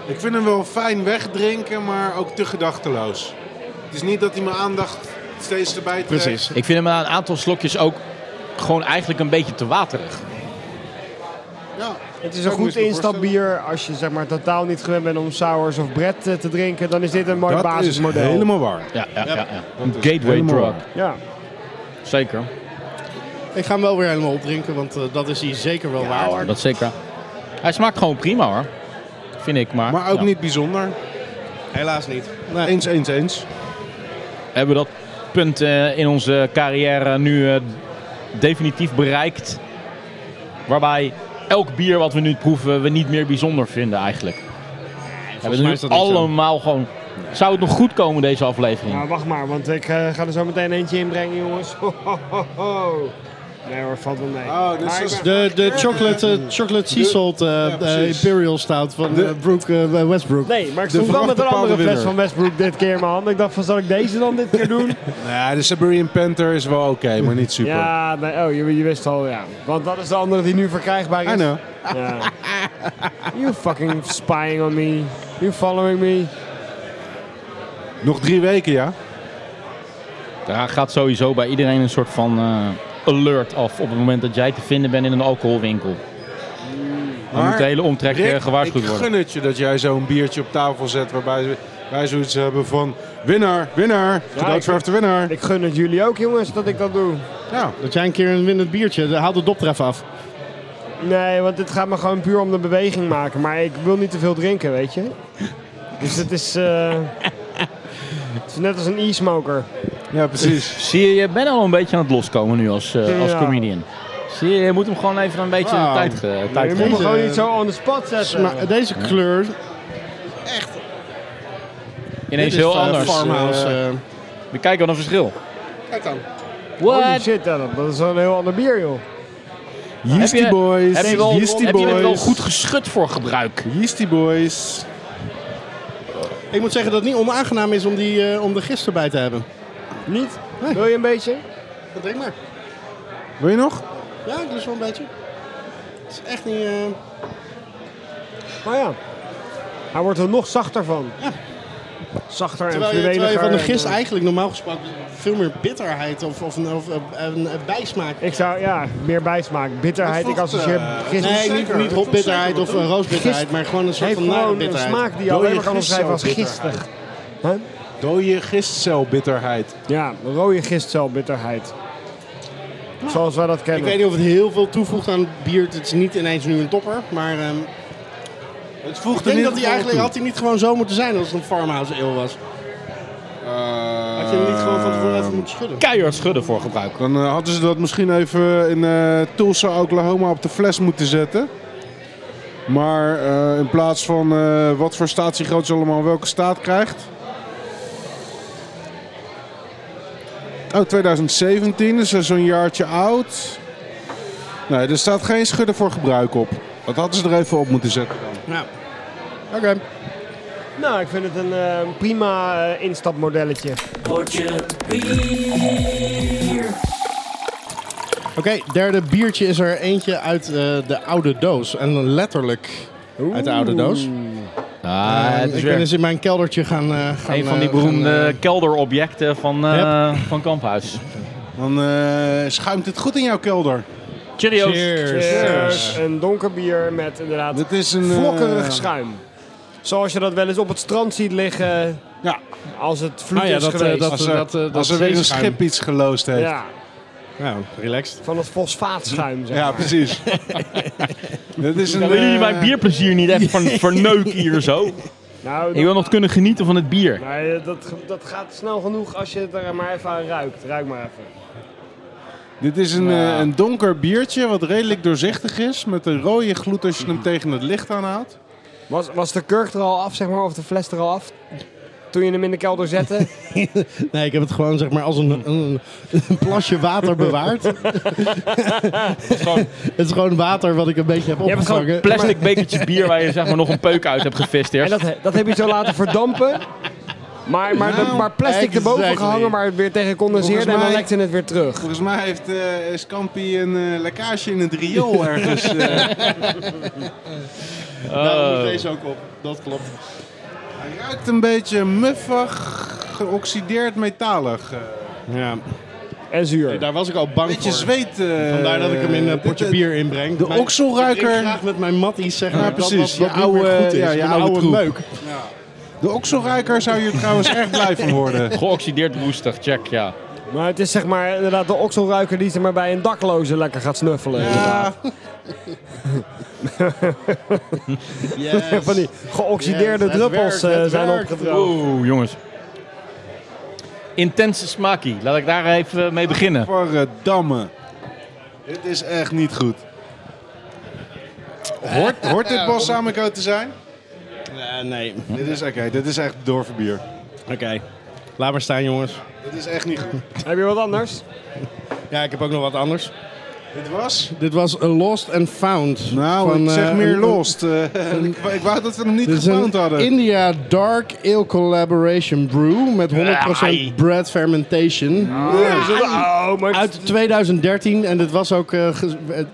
D: Ik vind hem wel fijn wegdrinken, maar ook te gedachteloos. Het is niet dat hij mijn aandacht steeds erbij trekt.
A: Ik vind hem na een aantal slokjes ook gewoon eigenlijk een beetje te waterig.
D: Ja.
E: Het is een goed instapbier als je zeg maar, totaal niet gewend bent om sours of bread eh, te drinken. Dan is dit een mooi
D: Dat is
E: basismodel.
D: helemaal waar.
A: Ja, ja, ja. ja. Een
D: is
A: gateway
D: helemaal
A: drug.
D: waar.
E: Ja.
A: Zeker.
B: Ik ga hem wel weer helemaal opdrinken, want eh, dat is hier zeker wel waard.
A: Dat zeker. Hij smaakt gewoon prima hoor. Vind ik maar.
D: Maar ook
A: Ja.
D: niet bijzonder.
B: Helaas niet.
D: Eens, eens, eens.
A: Hebben we dat punt eh, in onze carrière nu eh, definitief bereikt. Waarbij elk bier wat we nu proeven we niet meer bijzonder vinden eigenlijk. We hebben
B: mij
A: nu
B: is dat niet zo.
A: allemaal gewoon... Zou het nog goed komen deze aflevering?
E: Nou, wacht maar, want ik eh, ga er zo meteen eentje inbrengen, jongens. Ho, ho, ho, ho. Nee hoor, valt wel mee.
D: Oh, dit is-
E: Maar ik ben-
B: dus De, de chocolate, eh, chocolate sea salt eh, eh,
D: precies.
B: imperial stout van eh, Brook, eh, Westbrook.
E: Nee, maar ik stond wel
D: verwachte
E: met een
D: bepaalde
E: andere fles
D: winnaar.
E: van Westbrook dit keer in mijn hand. Ik dacht van, zal ik deze dan dit keer doen?
D: Ja, de Siberian Panther is wel oké, maar niet super.
E: ja, nee, oh, je, je wist al, ja. Want dat is de andere die nu verkrijgbaar
D: I
E: is.
D: know.
E: Ja. You fucking spying on me. You following me.
D: Nog drie weken, ja.
A: Daar gaat sowieso bij iedereen een soort van eh, alert af op het moment dat jij te vinden bent in een alcoholwinkel. Dan moet de hele omtrek eh, gewaarschuwd
D: ik
A: worden.
D: gun het je dat jij zo'n biertje op tafel zet waarbij ze- wij zoiets hebben van winnaar, winnaar, gedoodverfde winnaar.
E: Ik gun het jullie ook, jongens, dat ik dat doe.
D: Ja,
B: Dat jij een keer een winnend biertje, haal de doptref af.
E: Nee, want dit gaat me gewoon puur om de beweging maken. Maar ik wil niet te veel drinken, weet je. Dus het is, eh, het is net als een e-smoker.
D: ja precies.
A: Zie je, je bent al een beetje aan het loskomen nu als, eh, als
E: Ja.
A: comedian. Zie je, je moet hem gewoon even een beetje
D: Nou,
A: tijd, ge- tijd
E: Je moet me
A: geven.
E: gewoon
D: eh,
E: niet zo on the spot zetten.
B: Maar eh, deze kleur,
A: Ineens
B: dit is
A: heel
B: van
A: anders.
B: Farmhouse. eh,
A: We kijken wat een verschil.
B: Kijk dan.
E: Holy
A: What?
E: shit, Adam, dat is wel een heel ander bier, joh.
A: Heb je-
D: Yeasty boys,
A: Heb je, wel,
D: yeasty
A: heb je het wel
D: boys,
A: goed geschud voor gebruik?
D: yeasty boys.
B: Ik moet zeggen dat het niet onaangenaam is om, die, eh, om de gist erbij te hebben.
E: Niet? Wil je een beetje?
B: Dat drink maar.
D: Wil je nog?
B: Ja, ik lust wel een beetje. Het is echt niet... eh,
E: Maar Oh ja, hij wordt er nog zachter van. Zachter en
B: terwijl, je, terwijl je
E: fluweliger.
B: van de
E: en,
B: gist
E: eh,
B: eigenlijk normaal gesproken veel meer bitterheid of, of, een- of eh, een, een bijsmaak.
E: Ik zou, ja, meer bijsmaak. Bitterheid, ik associeer gist.
B: eh, Nee, niet, niet hopbitterheid of eh, roosbitterheid, maar gewoon een soort
E: heeft
B: van nare
E: gewoon een
B: bitterheid.
E: smaak die je
D: Wil
E: alleen
D: je
E: maar kan omschrijven als
D: gistcelbitterheid?
E: gistig.
D: Dode gistcelbitterheid.
E: Ja, rode gistcelbitterheid. Zoals wij dat
B: Ik
E: kennen.
B: weet niet of het heel veel toevoegt aan het bier. Het is niet ineens nu een topper, maar ehm,
D: Het voegt
B: ik denk dat hij eigenlijk had hij niet gewoon zo moeten zijn als het een farmhouse ale was.
D: Hij
B: Hij en niet gewoon van tevoren even moeten schudden.
A: Keihard schudden voor gebruik.
D: Dan eh, hadden ze dat misschien even in eh, Tulsa, Oklahoma op de fles moeten zetten. Maar eh, in plaats van eh, wat voor statiegroot ze allemaal welke staat krijgt. Oh, 2017 is dus zo'n jaartje oud. Nee, er staat geen schudden voor gebruik op. Dat hadden ze er even op moeten zetten.
B: Ja. Oké.
E: Nou, ik vind het een eh, prima eh, instapmodelletje.
B: Oké, derde biertje is er eentje uit eh, de oude doos. En dan letterlijk uit de oude doos.
A: Ah, het is
B: ik ben
A: weer
B: eens in mijn keldertje gaan... eh, gaan
A: een van die
B: eh, gaan,
A: beroemde
B: eh,
A: kelderobjecten van, eh, van Kamphuis.
D: Dan eh, schuimt het goed in jouw kelder.
A: Cheerios.
B: Cheers.
E: Cheers. Een donker bier met inderdaad
D: Dit is een... eh,
E: vlokkerig schuim. Zoals je dat wel eens op het strand ziet liggen
D: Ja,
E: als het vloed
B: Ah ja,
E: is
B: dat, eh,
E: geweest.
B: dat-
D: als er,
B: eh,
D: als er weer een
B: zeeschuim.
D: schip iets geloosd heeft.
E: ja,
B: Ja, relaxed.
E: van het fosfaatschuim zeg
D: Ja,
E: maar.
D: precies. Dit is een,
A: Dan willen jullie
D: eh,
A: mijn bierplezier niet even ver- verneuken hier zo?
E: Nou,
A: Ik wil nog kunnen genieten van het bier.
E: Nee, dat, ge- dat gaat snel genoeg als je het er maar even aan ruikt. Ruik maar even.
D: Dit is een, eh, een donker biertje wat redelijk doorzichtig is. Met een rode gloed als je hem tegen het licht aanhoudt.
E: Was, was de kurk er al af, zeg maar, of de fles er al af? Toen je hem in de kelder zette?
B: Nee, ik heb het gewoon zeg maar als een, een, een plasje water bewaard. het is gewoon water wat ik een beetje heb
E: hebt het
B: opgevangen.
E: gewoon
A: Plastic bekertje bier waar je zeg maar nog een peuk uit hebt
E: En
A: gevesteerd.
E: dat, dat heb je zo laten verdampen. Maar, maar, de-
D: Nou,
E: maar plastic erboven
B: exactly.
E: gehangen, maar het weer tegen condenseerde en
D: Volgens
E: dan
D: mij-
E: lekte het weer terug.
D: Volgens mij heeft eh Scampi een eh, lekkage in het riool ergens. eh. Nou,
B: Daarom moet deze ook op. Dat klopt.
D: Hij ruikt een beetje muffig, geoxideerd metalig. eh.
B: Ja.
E: En zuur.
B: Daar was ik al bang
D: beetje
B: voor.
D: zweet. eh,
B: Vandaar dat ik hem in een
D: dit-
B: potje
D: dit-
B: bier inbreng.
D: De
B: Mijn-
D: okselruiker-
B: Ik drink graag met mijn matties zeg maar.
D: Ja,
B: dat wat-
D: precies.
B: wat
D: Je
B: niet meer
D: oude-
B: goed is.
D: ja, je
B: Mijn
D: oude troep.
B: meuk.
D: eh, De okselruiker zou hier trouwens echt blij van worden.
A: Geoxideerd roestig, check ja.
E: Maar het is zeg maar inderdaad de okselruiker die zeg maar bij een dakloze lekker gaat snuffelen. inderdaad.
B: Yes.
E: Van die geoxideerde
B: Yes, het
E: druppels
B: werkt,
E: eh,
B: het
E: zijn
B: werkt.
E: opgedroogd.
A: Oeh, jongens. Intense smaki. Laat ik daar even mee beginnen.
D: Verdamme. Dit is echt niet goed. Hoort, hoort dit balsamico te zijn?
B: Eh, nee.
D: Dit is oké, dit is echt doorverbier.
B: Oké. Laat maar staan jongens.
D: Dit is echt niet goed.
E: Heb je wat anders?
B: Ja, ik heb ook nog wat anders.
D: Dit was?
B: Dit was een Lost and Found.
D: Nou,
B: van,
D: ik zeg
B: eh,
D: meer
B: een-
D: Lost. Eh, ik, wou- ik wou dat we hem niet
B: Dit is een
D: gefound hadden.
B: India Dark Ale Collaboration Brew met 100%
A: Ai.
B: bread fermentation.
E: Oh, maar
B: Uit 2013 en dit was ook... eh, ge- het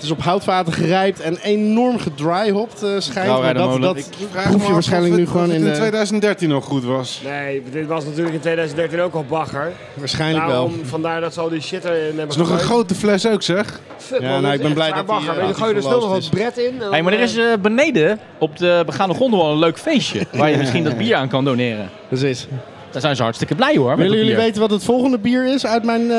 B: het is op houtvaten gerijpt en enorm gedryhopt eh schijnt.
A: Brouwerij
B: Maar
A: de
B: dat,
A: Nou,
D: Nou,
A: Molen.
B: dat
A: Ik
D: vraag
B: proef
D: me
B: je
D: af
B: waarschijnlijk
D: of
B: nu
D: het- of
B: gewoon
D: het
B: in
D: in
B: de...
D: 2013 al goed was.
E: Nee, dit was natuurlijk in 2013 ook al bagger.
B: Waarschijnlijk wel.
E: Daarom, vandaar dat ze al die shit erin hebben
D: Dat is nog een grote fles ook zeg.
E: Fuck,
B: Ja,
E: man,
B: nou, ik
E: dit is
B: ben
E: echt
B: blij
E: zwaar
B: dat die,
E: bagger.
B: eh,
E: Weet je,
B: dat
E: gooi je er
B: die
E: snel nog wat
B: verlost
E: bret in. en dan,
A: Hé, maar er is
E: eh,
A: eh, beneden op de begaande grond nog wel een leuk feestje. Waar je misschien dat bier aan kan doneren.
B: Precies.
A: Daar zijn ze hartstikke blij hoor. met
B: Dus Willen
A: dat
B: jullie
A: bier.
B: weten wat het volgende bier is uit mijn... eh,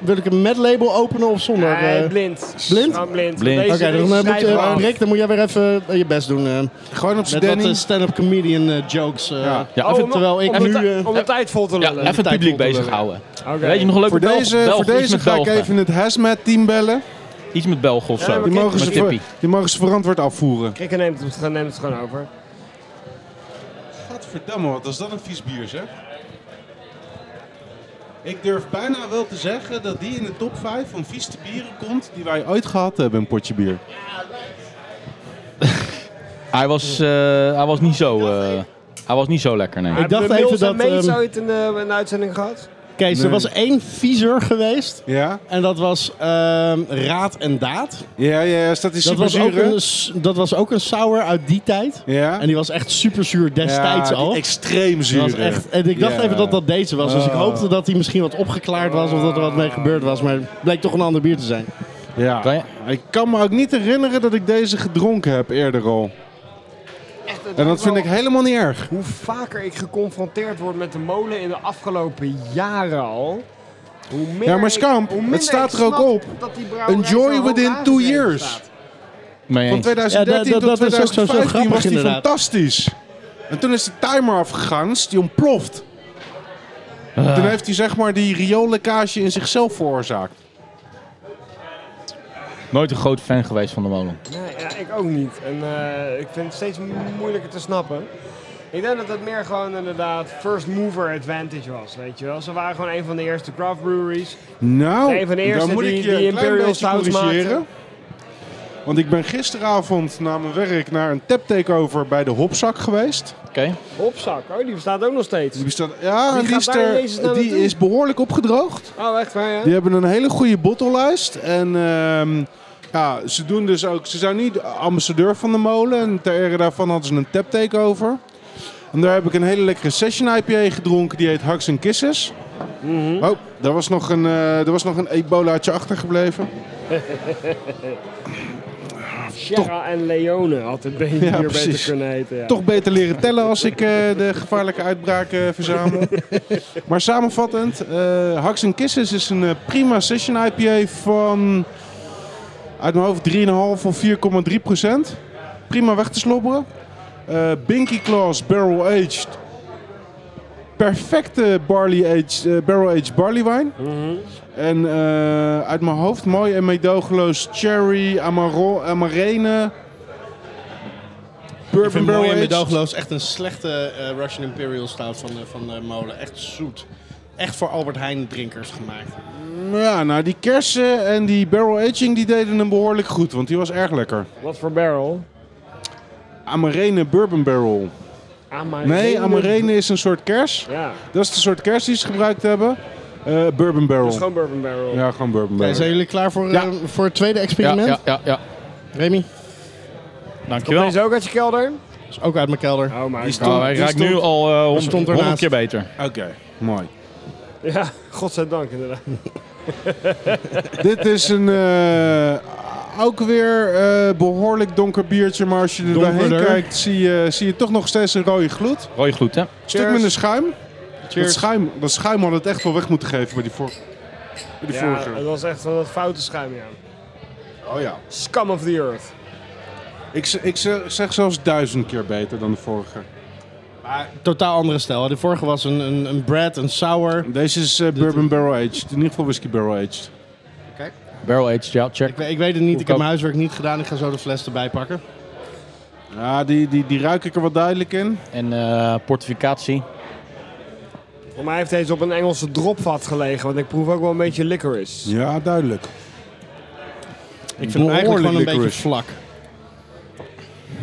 B: wil ik hem met label openen of zonder?
E: Nee,
B: eh?
E: blind.
B: blind?
E: Gewoon blind.
A: Blind.
E: Deze
B: Oké, dan, eh,
E: is
B: moet, je-
E: schrijven.
B: Rick, dan moet jij weer even eh, je best doen. eh.
D: Gewoon op z'n
B: Met wat
D: Danny.
B: eh, stand-up comedian eh, jokes. eh.
D: Ja.
A: Ja,
E: Oh,
A: even,
E: om-
B: terwijl ik
E: om de
B: nu,
E: ti-
B: eh,
E: om de tijd vol te
A: ja,
E: lullen.
A: even het publiek
B: tijd
A: bezighouden.
E: Oké.
A: Weet je nog een leuke
D: Voor
A: Belg-
D: deze,
A: Belg?
D: voor
A: Iets
D: deze
A: met
D: ga ik
A: Belgen.
D: even het hazmat team bellen.
A: Iets met Belg of
E: Ja,
A: zo.
E: maar
D: Die
E: Oké,
D: mogen, ze
A: met
D: ver-
A: Tippy.
D: die mogen ze verantwoord afvoeren.
E: Krikken neemt het, neemt het gewoon over.
D: Godverdamme, wat is dat een vies bier zeg. Ik durf bijna wel te zeggen dat die in de top 5 van vieste bieren komt die wij ooit gehad hebben, een potje bier.
A: Hij was, eh, hij was niet zo... eh, hij was niet zo lekker, nee.
B: Ik dacht
E: Hebben we
B: even
E: Mills en
B: dat,
E: Mees
B: ehm,
E: ooit een, eh, een uitzending gehad?
B: Kees, er was één viezer geweest.
D: Ja?
B: En dat was ehm, Raad en Daad.
D: Ja, ja, is dat die
B: Dat was, ook
D: superzure?
B: een, s- dat was ook een sour uit die tijd.
D: Ja.
B: En die was echt super zuur destijds
D: ja, die
B: al.
D: extreem
B: Dat
D: zuur.
B: was echt, en ik dacht
D: Ja.
B: even dat dat deze was. Dus ik
D: Oh.
B: hoopte dat hij misschien wat opgeklaard was. Of dat er wat mee gebeurd was. Maar het bleek toch een ander bier te zijn.
D: Ja.
A: Kan je-
D: Ik kan me ook niet herinneren dat ik deze gedronken heb eerder al.
E: Echt, het
D: En dat
E: lijkt
D: vind
E: wel-
D: ik helemaal niet erg.
E: Hoe vaker ik geconfronteerd word met de molen in de afgelopen jaren al... Hoe meer
D: Ja, maar
E: ik-
D: Skamp,
E: hoe
D: het
E: minder
D: staat
E: ik
D: er ook
E: snap
D: op.
E: dat die brouwerij
D: Enjoy
E: zo hoog
D: within two
E: aangeschreven
D: years.
E: staat.
A: Mee
D: Van
A: eens.
D: 2013
B: Ja, dat- dat-
D: tot
B: dat is ook zo- zo
D: 2015
B: grappig
D: was die
B: inderdaad.
D: fantastisch. En toen is de timer afgegaan, is die ontploft.
B: Ah.
D: Dan heeft hij zeg maar die rioollekkage in zichzelf veroorzaakt.
A: Nooit een groot fan geweest van de molen.
E: Nee, ja, ik ook niet. En eh, ik vind het steeds moeilijker te snappen. Ik denk dat het meer gewoon inderdaad first mover advantage was, weet je wel. Ze waren gewoon een van de eerste craft breweries.
D: Nou,
E: Een van de eerste
D: dan moet
E: die-
D: ik je
E: die
D: een klein
E: Imperial
D: beetje
E: Stouts
D: corrigeren.
E: maakte.
D: Want ik ben gisteravond na mijn werk naar een tap takeover bij de Hopzak geweest.
A: Oké.
E: Hopzak, oh, die bestaat ook nog steeds.
D: Die bestaat, ja, en die,
E: gaat
D: is,
E: daar
D: er-
E: in Jezus naam
D: die
E: naartoe?
D: is behoorlijk opgedroogd.
E: Oh, echt waar, ja?
D: Die hebben een hele goede bottellijst. En ehm, ja, ze doen dus ook. Ze zijn niet ambassadeur van de molen. En ter ere daarvan hadden ze een tap takeover. En daar heb ik een hele lekkere session IPA gedronken. Die heet Hugs and Kisses. Oh, daar was nog een, eh er was nog een ebolaatje achtergebleven.
E: Sierra en Leone had het beter
D: Ja,
E: hier
D: precies.
E: beter kunnen heten, ja.
D: Toch beter leren tellen als ik eh, de gevaarlijke uitbraken eh, verzamel. maar samenvattend, eh Hugs and Kisses is een eh, prima session IPA van uit mijn hoofd 3,5 of 4,3 procent. Prima weg te slobberen. Eh Binky Claws Barrel Aged. Perfecte barley aged, eh, barrel aged barley wine.
B: Mhm.
D: En eh, uit mijn hoofd mooi en meedogenloos cherry, amaro, amarene.
B: Ik
D: Bourbon
B: vind mooi
D: barrel
B: en
D: aged.
B: meedogenloos echt een slechte eh, Russian Imperial stout van, eh, van eh, molen. Echt zoet. Echt voor Albert Heijn drinkers gemaakt.
D: Ja, nou die kersen en die barrel aging die deden hem behoorlijk goed, want die was erg lekker.
E: Wat voor barrel?
D: Amarene bourbon barrel.
E: Amarene.
D: Nee, Amarene is een soort kers.
E: Ja,
D: Dat is de soort kers die ze gebruikt hebben. Eh, bourbon
E: dus
D: barrel.
E: gewoon bourbon barrel.
D: Ja, gewoon bourbon
B: Hey, zijn
D: barrel.
B: jullie klaar voor, eh,
A: Ja.
B: voor het tweede
A: Ja,
B: experiment?
A: ja, ja, ja.
B: Remy,
A: Dankjewel.
E: Komt deze ook uit je kelder?
B: is ook uit mijn kelder.
E: Oh my god.
A: Oh, hij
D: Die
A: raakt
D: stond-
A: nu al eh, honderd-
B: stond ernaast.
A: honderd keer beter.
D: Oké, mooi.
E: Ja, godzijdank inderdaad.
D: Dit is een eh, ook weer eh, behoorlijk donker biertje, maar als je er doorheen
B: Donkerder.
D: kijkt zie je, zie je toch nog steeds een rode gloed.
A: Rode gloed, hè?
D: Een stuk minder schuim. Dat schuim. Dat schuim had het echt wel weg moeten geven bij die, vor- bij die
E: Ja,
D: vorige.
E: het was echt van dat foute schuim, ja.
D: Oh ja.
E: Scum of the earth.
D: Ik, z- ik z- zeg zelfs duizend keer beter dan de vorige.
B: Totaal andere stijl. De vorige was een, een, een bread, een sour.
D: Deze is eh, bourbon barrel aged. In ieder geval whisky barrel aged.
A: Barrel aged, ja, check.
B: Ik, we- ik weet het niet, ik heb
A: ook.
B: mijn huiswerk niet gedaan. Ik ga zo de fles erbij pakken.
D: Ja, die, die, die ruik ik er wat duidelijk in.
A: En eh portificatie.
E: Voor mij heeft deze op een Engelse dropvat gelegen, want ik proef ook wel een beetje licorice.
D: Ja, duidelijk.
B: Ik vind hem eigenlijk gewoon een beetje
D: licorice.
B: vlak.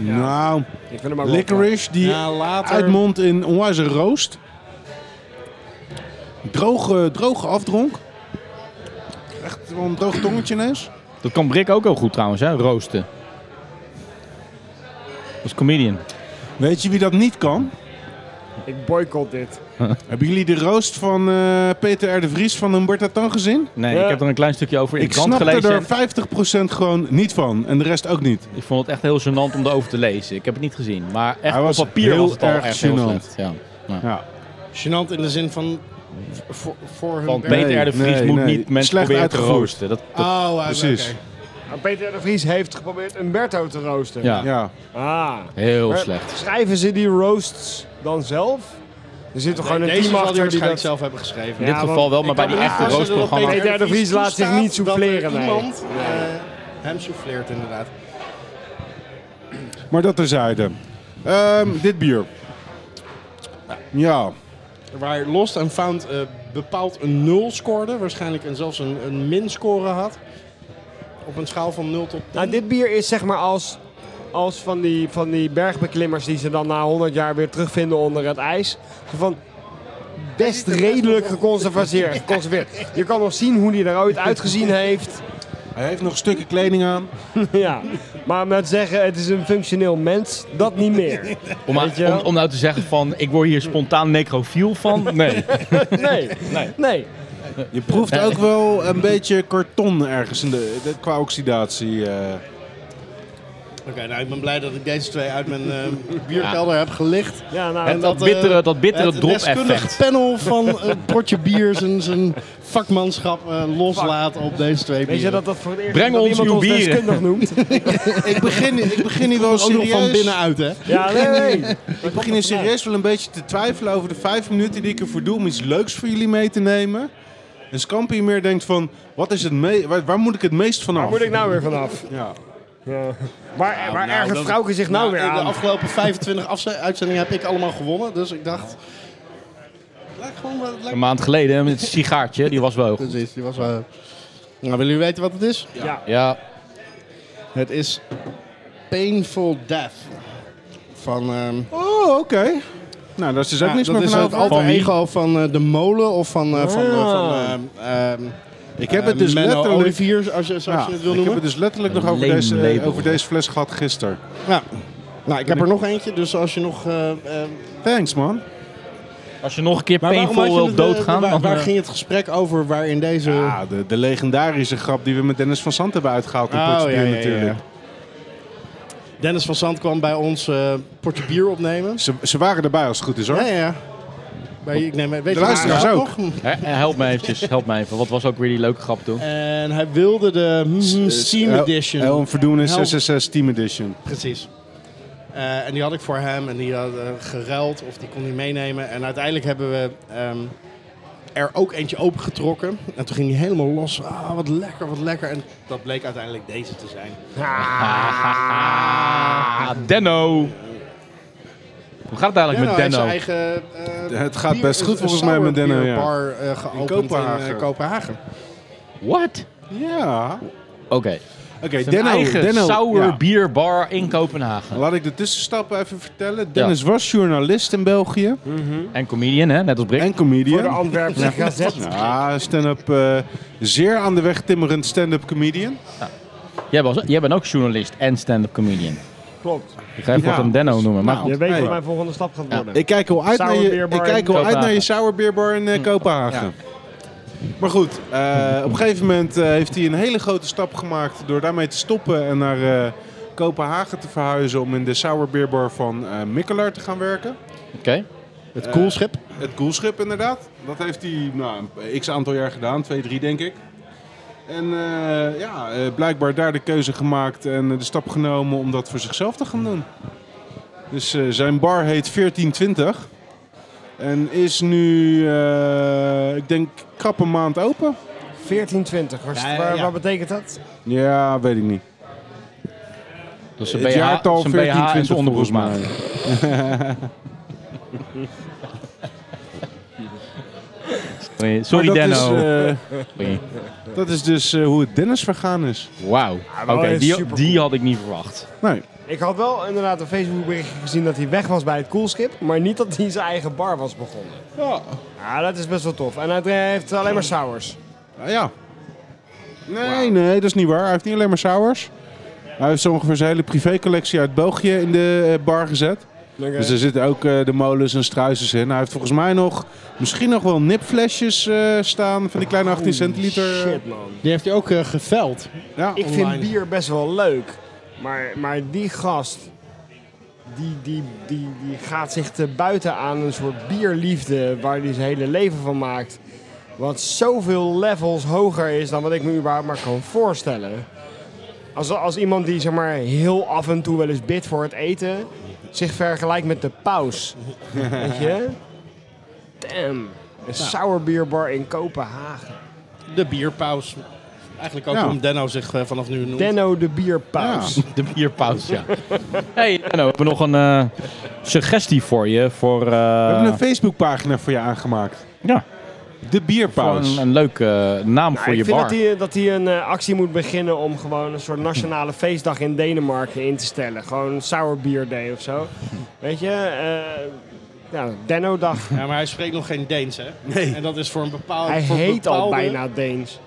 D: Nou,
E: Ik vind hem ook wel
D: licorice die
B: Ja, later.
D: uitmondt in onwijze roost. Droge, droge afdronk. Echt wel een droog tongetje ineens.
A: Dat kan Brik ook heel goed trouwens, hè? Roosten. Als comedian.
D: Weet je wie dat niet kan?
E: knap. Ik boycott dit.
D: Hebben jullie de roost van eh, Peter R. de Vries van Humberta Tan gezien?
A: Nee,
E: Ja.
A: ik heb er een klein stukje over in
D: Ik
A: de krant
D: snapte
A: gelezen.
D: er 50% gewoon niet van. En de rest ook niet.
A: Ik vond het echt heel gênant om erover te lezen. Ik heb het niet gezien. Maar echt
D: Hij was
A: op papier
D: heel
A: was het al
D: erg
A: echt heel
D: gênant.
A: slecht. Ja.
D: Ja.
B: Gênant in de zin van... v- Voor, voor hun
A: Want
B: bread.
A: Peter R. de Vries
D: nee,
A: moet
D: nee.
A: niet mensen
D: Slecht
A: proberen te
D: uitgevoerd.
A: roosten. Dat, dat-
B: Oh, oké.
D: Precies.
E: Maar Peter R. de Vries heeft geprobeerd Umberto te roosten.
A: ja.
D: ja.
E: Ah.
A: heel
E: Maar
A: slecht.
E: Schrijven ze die roasts dan zelf? Er zit toch gewoon een
B: Deze
E: team
B: zal hij
E: achter die
B: waarschijnlijk
E: dat...
B: zelf hebben geschreven.
A: In
E: Ja,
A: dit
E: want
A: geval wel, maar
B: Ik
A: bij
B: kan
A: die
B: me niet
A: echte
B: voorstellen dat
A: roostprogramma's...
E: Peter R. de Vries laat zich niet
B: toestaat dat er
E: souffleren, nee.
B: iemand eh, hem souffleert, inderdaad.
D: Maar dat terzijde. Ehm dit bier. Ja.
B: Waar Lost and Found eh, bepaald een 0 scoorde, waarschijnlijk en zelfs een, een min-score had. Op een schaal van 0 tot 10.
E: Nou, dit bier is zeg maar als, als van, die, van die bergbeklimmers die ze dan na 100 jaar weer terugvinden onder het ijs. Zo van best redelijk geconserveerd. geconserveerd. Je kan nog zien hoe die er ooit uitgezien heeft.
D: Hij heeft nog stukken kleding aan.
E: Ja. Maar om nou te zeggen, het is een functioneel mens, dat niet meer.
A: Om,
E: Weet je
A: om,
E: wel?
A: om nou te zeggen van, ik word hier spontaan necrofiel van. Nee.
E: Nee,
A: Nee.
E: nee.
D: Je proeft ook wel een beetje karton ergens in de, de- qua oxidatie. eh.
B: Oké, nou ik ben blij dat ik deze twee uit mijn eh, bierkelder heb gelicht.
E: Ja, nou,
A: En dat,
B: eh,
A: bittere, dat bittere
B: Het deskundig
A: drop-effect.
B: panel van een potje bier zijn- zijn vakmanschap eh, loslaat op deze twee bieren.
E: Weet je dat dat voor het eerst
A: Breng
E: dat
A: ons
E: iemand
A: uw
E: ons
A: bieren.
E: deskundig noemt?
D: Ik begin, ik begin hier wel
B: ook nog van
D: serieus.
B: binnenuit, hè?
E: ja, nee, nee.
D: Ik begin hier serieus wel een beetje te twijfelen over de vijf minuten die ik ervoor doe om iets leuks voor jullie mee te nemen. En Scampi meer denkt van, wat is het mee, waar, waar moet ik het meest vanaf?
E: Waar moet ik nou weer vanaf?
D: Ja.
E: Ja. Waar, waar
B: Nou,
E: ergens
B: dat-
E: vrouwken zich nou, weer
B: in
E: aan?
B: De afgelopen 25 afze- uitzendingen heb ik allemaal gewonnen, dus ik dacht... Lijkt gewoon... wel- Lijkt...
A: Een maand geleden met een sigaartje, die was wel heel goed.
B: Precies, die was wel... Nou, willen jullie weten wat het is?
E: Ja.
A: Ja,
B: Het is Painful Death. Van... ehm,
D: Oh, oké. Nou, daar is dus ook
B: ja,
D: niks
B: dat
D: meer
B: is
D: van
B: het
D: over.
B: alter
A: Van wie?
B: ego van eh, de molen of van... eh, van, eh,
E: Ah.
B: van eh, ehm,
D: Ik heb het dus
B: Menno
D: letterlijk...
B: Olivier, als je, zoals
D: Ja,
B: je het
D: ik
B: wil
D: heb
B: noemen.
D: het dus letterlijk nog
A: Een
D: over deze, eh,
A: leemlabel.
D: over deze fles gehad gisteren.
B: Ja. Nou, ik heb er nog eentje, dus als je nog... eh, eh,
D: Thanks, man.
A: als je nog een keer
B: maar waarom had
A: painful
B: je
A: wil
B: het, eh,
A: doodgaan,
B: Waar,
A: dan...
B: waar
A: eh,
B: ging het gesprek over waarin deze...
D: Ja, de, de legendarische grap die we met Dennis van Sant hebben uitgehaald.
B: Oh,
D: in Potje Bier natuurlijk.
B: Dennis van Sant kwam bij ons eh portje bier opnemen.
D: Ze, ze waren erbij als het goed is hoor.
B: Ja, ja, ja. Maar ik neem, weet je
D: luisteraars
B: waar-
D: ook.
B: nog?
A: Hè, Eh, help me eventjes, help me even. Wat was ook weer die leuke grap toen?
B: En hij wilde de mm, Steam
D: Eh, El-
B: Edition.
D: Elm Verdoen is
B: Elm.
D: 666 Steam Edition.
B: Precies. Eh, en die had ik voor hem en die had eh, geruild of die kon hij meenemen. En uiteindelijk hebben we ehm, er ook eentje opengetrokken. En toen ging hij helemaal los. Ah, wat lekker, wat lekker. En dat bleek uiteindelijk deze te zijn.
A: Ah, Denno. Hoe gaat het eigenlijk
B: Denno
A: met
B: heeft zijn
A: Denno?
B: eigen... eh,
D: Het gaat
B: bier-
D: best goed
B: een
D: volgens mij met Denno, ja.
B: sour beer bar, eh, geopend in Kopenhagen. Kopenhagen.
D: Kopenhagen.
A: What?
D: Ja.
A: Oké.
D: Oké,
A: Zijn
D: Denno.
A: eigen
D: Denno,
A: sour
D: ja.
A: bierbar in Kopenhagen.
D: Laat ik de tussenstappen even vertellen. Dennis was journalist in België
A: En comedian, hè? net als Brick.
D: en
E: Voor de
D: comedian.
E: Antwerpse Gazet.
D: Ja, stand-up, eh, zeer aan de weg timmerend stand-up comedian.
A: Jij, was, jij bent ook journalist en stand-up comedian.
E: Klopt.
A: Ik ga even
D: Ja.
A: wat een Denno noemen, maar
D: Nou,
A: goed.
E: Je weet
D: Nee.
E: wat mijn volgende stap gaat worden.
D: Ik kijk al uit, naar je,
E: Sourbeerbar
D: ik kijk
E: in Hm.
D: al uit naar je
A: Kopenhagen.
D: sourbeerbar in eh, Kopenhagen. Maar goed, eh, op een gegeven moment eh, heeft hij een hele grote stap gemaakt door daarmee te stoppen en naar eh, Kopenhagen te verhuizen om in de sourbeerbar van eh Mikkelaar te gaan werken.
A: Oké.
B: Het koelschip.
D: Het koelschip inderdaad. Dat heeft hij nou, een x aantal jaar gedaan, twee, drie denk ik. En eh, ja, eh, blijkbaar daar de keuze gemaakt en eh, de stap genomen om dat voor zichzelf te gaan doen. Dus eh, zijn bar heet 1420. En is nu, eh, ik denk, krap een maand open.
E: 1420. Was
B: Ja, ja,
E: waar-
B: ja.
E: Wat betekent dat?
D: Ja, weet ik niet.
A: Dat is een
D: Het
A: BH,
D: jaartal
A: zijn BH en
D: 1420
A: zijn onderbroek
D: volgens mij.
A: maken. Sorry, Sorry
D: Maar dat
A: Denno.
D: Is, eh,
A: Sorry.
D: dat is dus eh, hoe het Dennis vergaan is.
A: Wauw. Oké,
E: wel echt
A: die,
E: supercool.
A: die had ik niet verwacht.
D: Nee.
E: Ik had wel inderdaad een Facebookberichtje gezien dat hij weg was bij het koelschip. Maar niet dat hij zijn eigen bar was begonnen.
D: Ja.
E: Ja, dat is best wel tof. En hij heeft alleen maar sours.
D: Ah, ja. Nee, nee, dat is niet waar. Hij heeft niet alleen maar sours. Hij heeft zo ongeveer zijn hele privécollectie uit België in de eh, bar gezet. Dus er zitten ook eh, de molens en struisers in. Hij heeft volgens mij nog, misschien nog wel nipflesjes eh, staan van die kleine 18 centiliter. eh,
E: Shit, man.
B: Die heeft hij ook eh, geveld.
D: Ja.
E: Ik
B: Online.
E: vind bier best wel leuk. Maar, maar die gast, die, die, die, die gaat zich te buiten aan een soort bierliefde waar hij zijn hele leven van maakt. Wat zoveel levels hoger is dan wat ik me überhaupt maar kan voorstellen. Als, als iemand die zeg maar, heel af en toe wel eens bidt voor het eten, zich vergelijkt met de paus. Weet je? Damn. Een sourbeerbar in Kopenhagen.
B: De bierpaus. Eigenlijk ook
D: Ja.
B: om Denno zich eh, vanaf nu noemt.
E: Denno de bierpaus.
A: De bierpaus, ja. hey, Denno, we hebben nog een eh, suggestie voor je. Voor, eh,
D: We hebben een Facebookpagina voor je aangemaakt.
A: ja,
D: De
A: voor
D: Bierpaus.
A: een, een leuke eh, naam
E: Nou,
A: voor je
E: ik vind
A: bar.
E: dat hij, dat hij een eh, actie moet beginnen om gewoon een soort nationale feestdag in Denemarken in te stellen. Gewoon een Sour Beer Day of zo. Weet je, eh ja, Denno-dag.
B: Ja, maar hij spreekt nog geen Deens, hè? Nee. En dat is voor een bepaalde...
E: Hij
B: voor
E: heet al
B: bepaalde-
E: bijna Deens.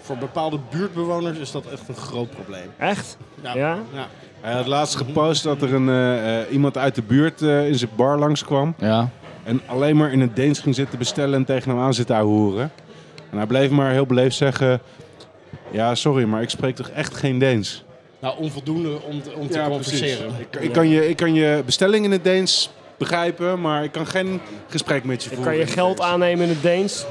B: Voor bepaalde buurtbewoners is dat echt een groot probleem.
E: Echt?
B: Ja.
E: Ja?
B: Ja.
D: Hij had laatst gepost dat er een, eh, eh, iemand uit de buurt eh, in zijn bar langskwam.
A: Ja.
D: En alleen maar in het Deens ging zitten bestellen en tegen hem aan zitten ouwehoeren. En hij bleef maar heel beleefd zeggen... Ja, sorry, maar ik spreek toch echt geen Deens?
B: Nou, onvoldoende om, te- om te
D: Ja,
B: converseren.
D: precies. Ik, ik, kan je, ik kan je bestelling in het Deens begrijpen, maar ik kan geen gesprek met je
E: Ik
D: voeren.
E: kan je
D: in het
E: geld
D: Deens.
E: aannemen in het Deens.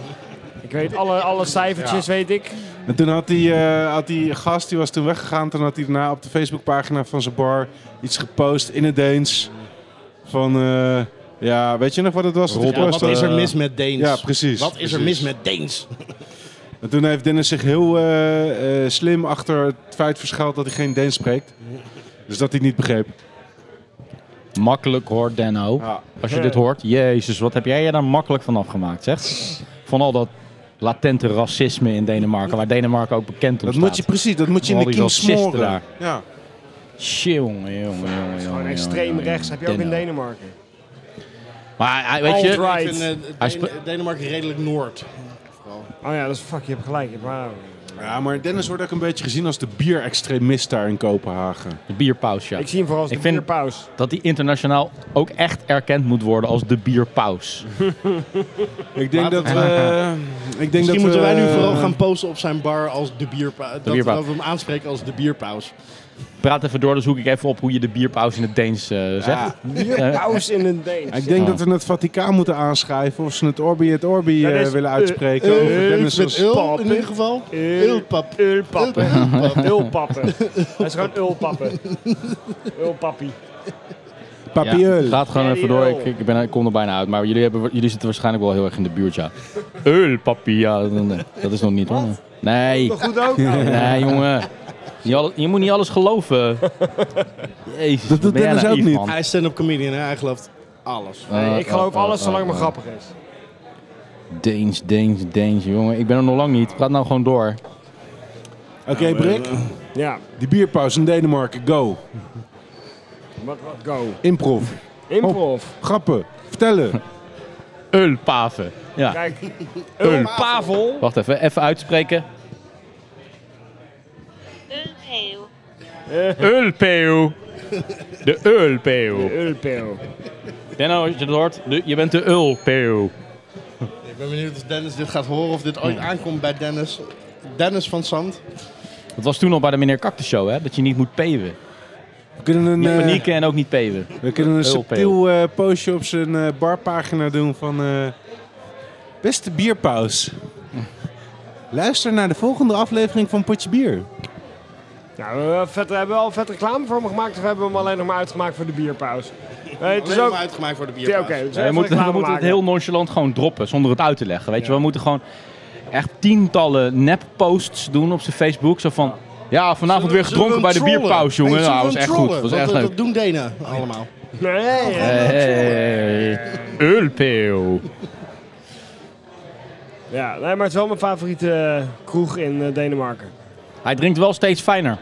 E: Ik weet alle, alle cijfertjes, weet ik.
D: En toen had die, eh, had die gast, die was toen weggegaan, toen had hij daarna op de Facebookpagina van zijn bar iets gepost in het Deens. Van, eh, ja, weet je nog wat het was? dat hij
B: Ja, wat
D: gepost had?
B: is er mis met Deens?
D: eh, Ja, precies.
B: Wat is er mis
D: precies.
B: met Deens?
D: En toen heeft Dennis zich heel eh, eh, slim achter het feit verschuild dat hij geen Deens spreekt. Dus dat hij het niet begreep.
A: Makkelijk hoor, Denno.
D: Ja.
A: Als je dit hoort, jezus, wat heb jij je daar makkelijk van afgemaakt, zeg. Van al dat latente racisme in Denemarken, waar Denemarken ook bekend om
D: Dat
A: staat.
D: moet je precies, dat moet je in
A: Al
D: de
A: die
D: kiem
A: racisten
D: smoren.
A: daar.
D: Ja.
A: Jongen, jongen, jongen, jongen.
E: Gewoon
A: jongen,
E: extreem
A: jongen,
E: rechts heb je ook in
A: Denno.
E: Denemarken.
A: Maar hij- weet je,
E: Alt-right.
B: Ik vind eh,
A: Hij
B: Den-
A: spe-
B: Denemarken redelijk noord.
E: Oh ja, dat is fuck, je hebt gelijk. je hebt waar.
D: ja, maar Dennis wordt ook een beetje gezien als de bierextremist daar in Kopenhagen.
A: de bierpaus, ja.
E: Ik zie hem vooral als
A: Ik
E: de
A: vind-
E: bierpaus.
A: Dat die internationaal ook echt erkend moet worden als de bierpaus.
D: Ik denk dat we... eh, Ik denk dat
B: Misschien
D: we,
B: moeten wij nu vooral
D: eh,
B: gaan posten op zijn bar als de bierpaus. Dat,
A: bierpaus.
B: dat we hem aanspreken als de bierpaus.
A: Praat even door, dan zoek ik even op hoe je de bierpaus in het Deens eh, zegt. Eh,
E: Bierpaus in het Deens.
D: eh, Ik denk
A: Oh.
D: dat we het Vaticaan moeten aanschrijven of ze het Orbi het Orbi
E: Dat
D: eh,
E: is-
D: willen
E: eh,
D: uitspreken.
E: eh,
D: over Dennis
B: Met
D: als-
B: ul
E: pappen.
B: in ieder geval.
E: Ul-
B: Ulpap.
E: Ulpappen. Ulpappen. Dat is gewoon ulpappen. Ulpappie. eh,
D: Papieu.
A: Ja, gaat gewoon even door, ik, ik, ben, ik kom er bijna uit. Maar jullie, hebben, jullie zitten waarschijnlijk wel heel erg in de buurt, ja. Eul, papi, ja, dat is nog niet hoor. Nee,
E: Goed ook. nou.
A: nee jongen. Je, al- je moet niet alles geloven. Jezus,
D: Dat doet
A: wat ben jij
D: Dennis
A: naïef,
D: ook niet.
A: man.
B: Hij is stand-up comedian en hij gelooft alles.
E: Nee, ik
A: Eh,
E: geloof
A: eh,
E: alles
A: eh,
E: zolang het
A: eh,
E: maar grappig is.
A: Deens, Deens, Deens, jongen. Ik ben er nog lang niet. Praat nou gewoon door.
D: Oké, Brik.
B: eh,
E: Ja,
D: Die bierpauze in Denemarken. Go.
E: wat, wat go.
D: Improv.
E: Improv.
D: Grappen. Vertellen.
A: Eul, paven. Ja,
E: Kijk, ulpavel.
A: wacht even. Even uitspreken.
F: Europeu.
A: Ulpeu. De Ulpeu.
E: Ulpeo.
A: Benno, als je dat hoort, de- je bent de Ulpeu.
B: Ik ben benieuwd of Dennis dit gaat horen of dit ooit aankomt bij Dennis. Dennis van Zand.
A: Dat was toen al bij de meneer Cactus Show, hè? Dat je niet moet peven.
D: We kunnen een,
A: Niet
D: eh,
A: panieken en ook niet peven.
D: we kunnen een
A: Heel
D: subtiel eh, postje op zijn eh, barpagina doen van... eh, beste bierpaus. Luister naar de volgende aflevering van Potje Bier.
E: Nou, we hebben vet, we hebben wel vet reclame voor hem gemaakt of hebben we hem alleen nog maar uitgemaakt voor de bierpauze? Nee, het
B: Het is
E: is ook... Oké,
B: uitgemaakt voor de
E: oké,
B: bierpaus.
E: dus
A: Ja, we
E: even
A: moeten, we
E: reclame
A: moeten het
E: maken.
A: heel nonchalant gewoon droppen, zonder het uit te leggen. Weet je, wel. we moeten gewoon echt tientallen nep-posts doen op zijn Facebook. Zo van, ja, vanavond weer gedronken bij de bierpauze, jongen.
B: Dat
A: nou, was echt goed. was echt
B: dat,
A: leuk.
B: dat doen Denen allemaal.
E: Nee, ja.
A: Hey, Ulpeu.
E: Ja, nee, maar het is wel mijn favoriete eh, kroeg in eh, Denemarken.
A: Hij drinkt wel steeds fijner.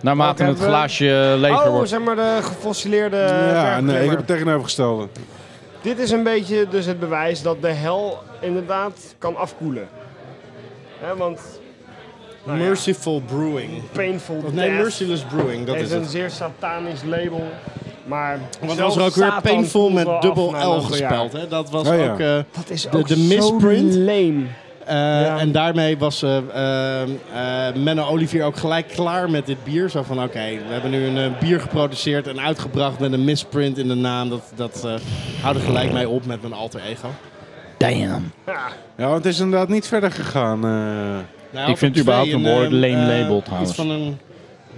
A: Naarmate
E: Welke
A: het
E: hebben we?
A: glaasje leger
E: Oh,
A: wordt.
E: zeg maar de gefossileerde
D: ja, nee, ik
E: bergklimmer.
D: heb het tegenovergestelde.
E: Dit is een beetje dus het bewijs dat de hel inderdaad kan afkoelen. Hè, want nou ja,
B: Merciful Brewing.
E: Painful
B: Of nee,
E: Death
B: Merciless Brewing, dus- dat
E: heeft
B: is
E: een
B: het.
E: zeer satanisch label. Maar
B: Want dat
E: zelfs
B: was er ook weer
E: Satan
B: painful
E: voelt
B: met
E: wel af na een
B: dubbel L
E: aantal jaar.
B: gespeld. Hè? Dat was
D: Oh ja.
B: ook... eh,
E: Dat is
B: De-
E: ook
B: de
E: zo
B: misprint.
E: lame.
B: Eh, En daarmee was eh eh, eh, Menno Olivier ook gelijk klaar met dit bier. Zo van, oké, we hebben nu een eh, bier geproduceerd en uitgebracht met een misprint in de naam. Dat, dat eh, hou er gelijk mee op met mijn alter ego.
A: Damn.
E: Ja,
D: Ja, want het is inderdaad niet verder gegaan. eh.
B: Nou,
A: Ik vind het überhaupt een woord lame label trouwens.
B: eh, Iets van een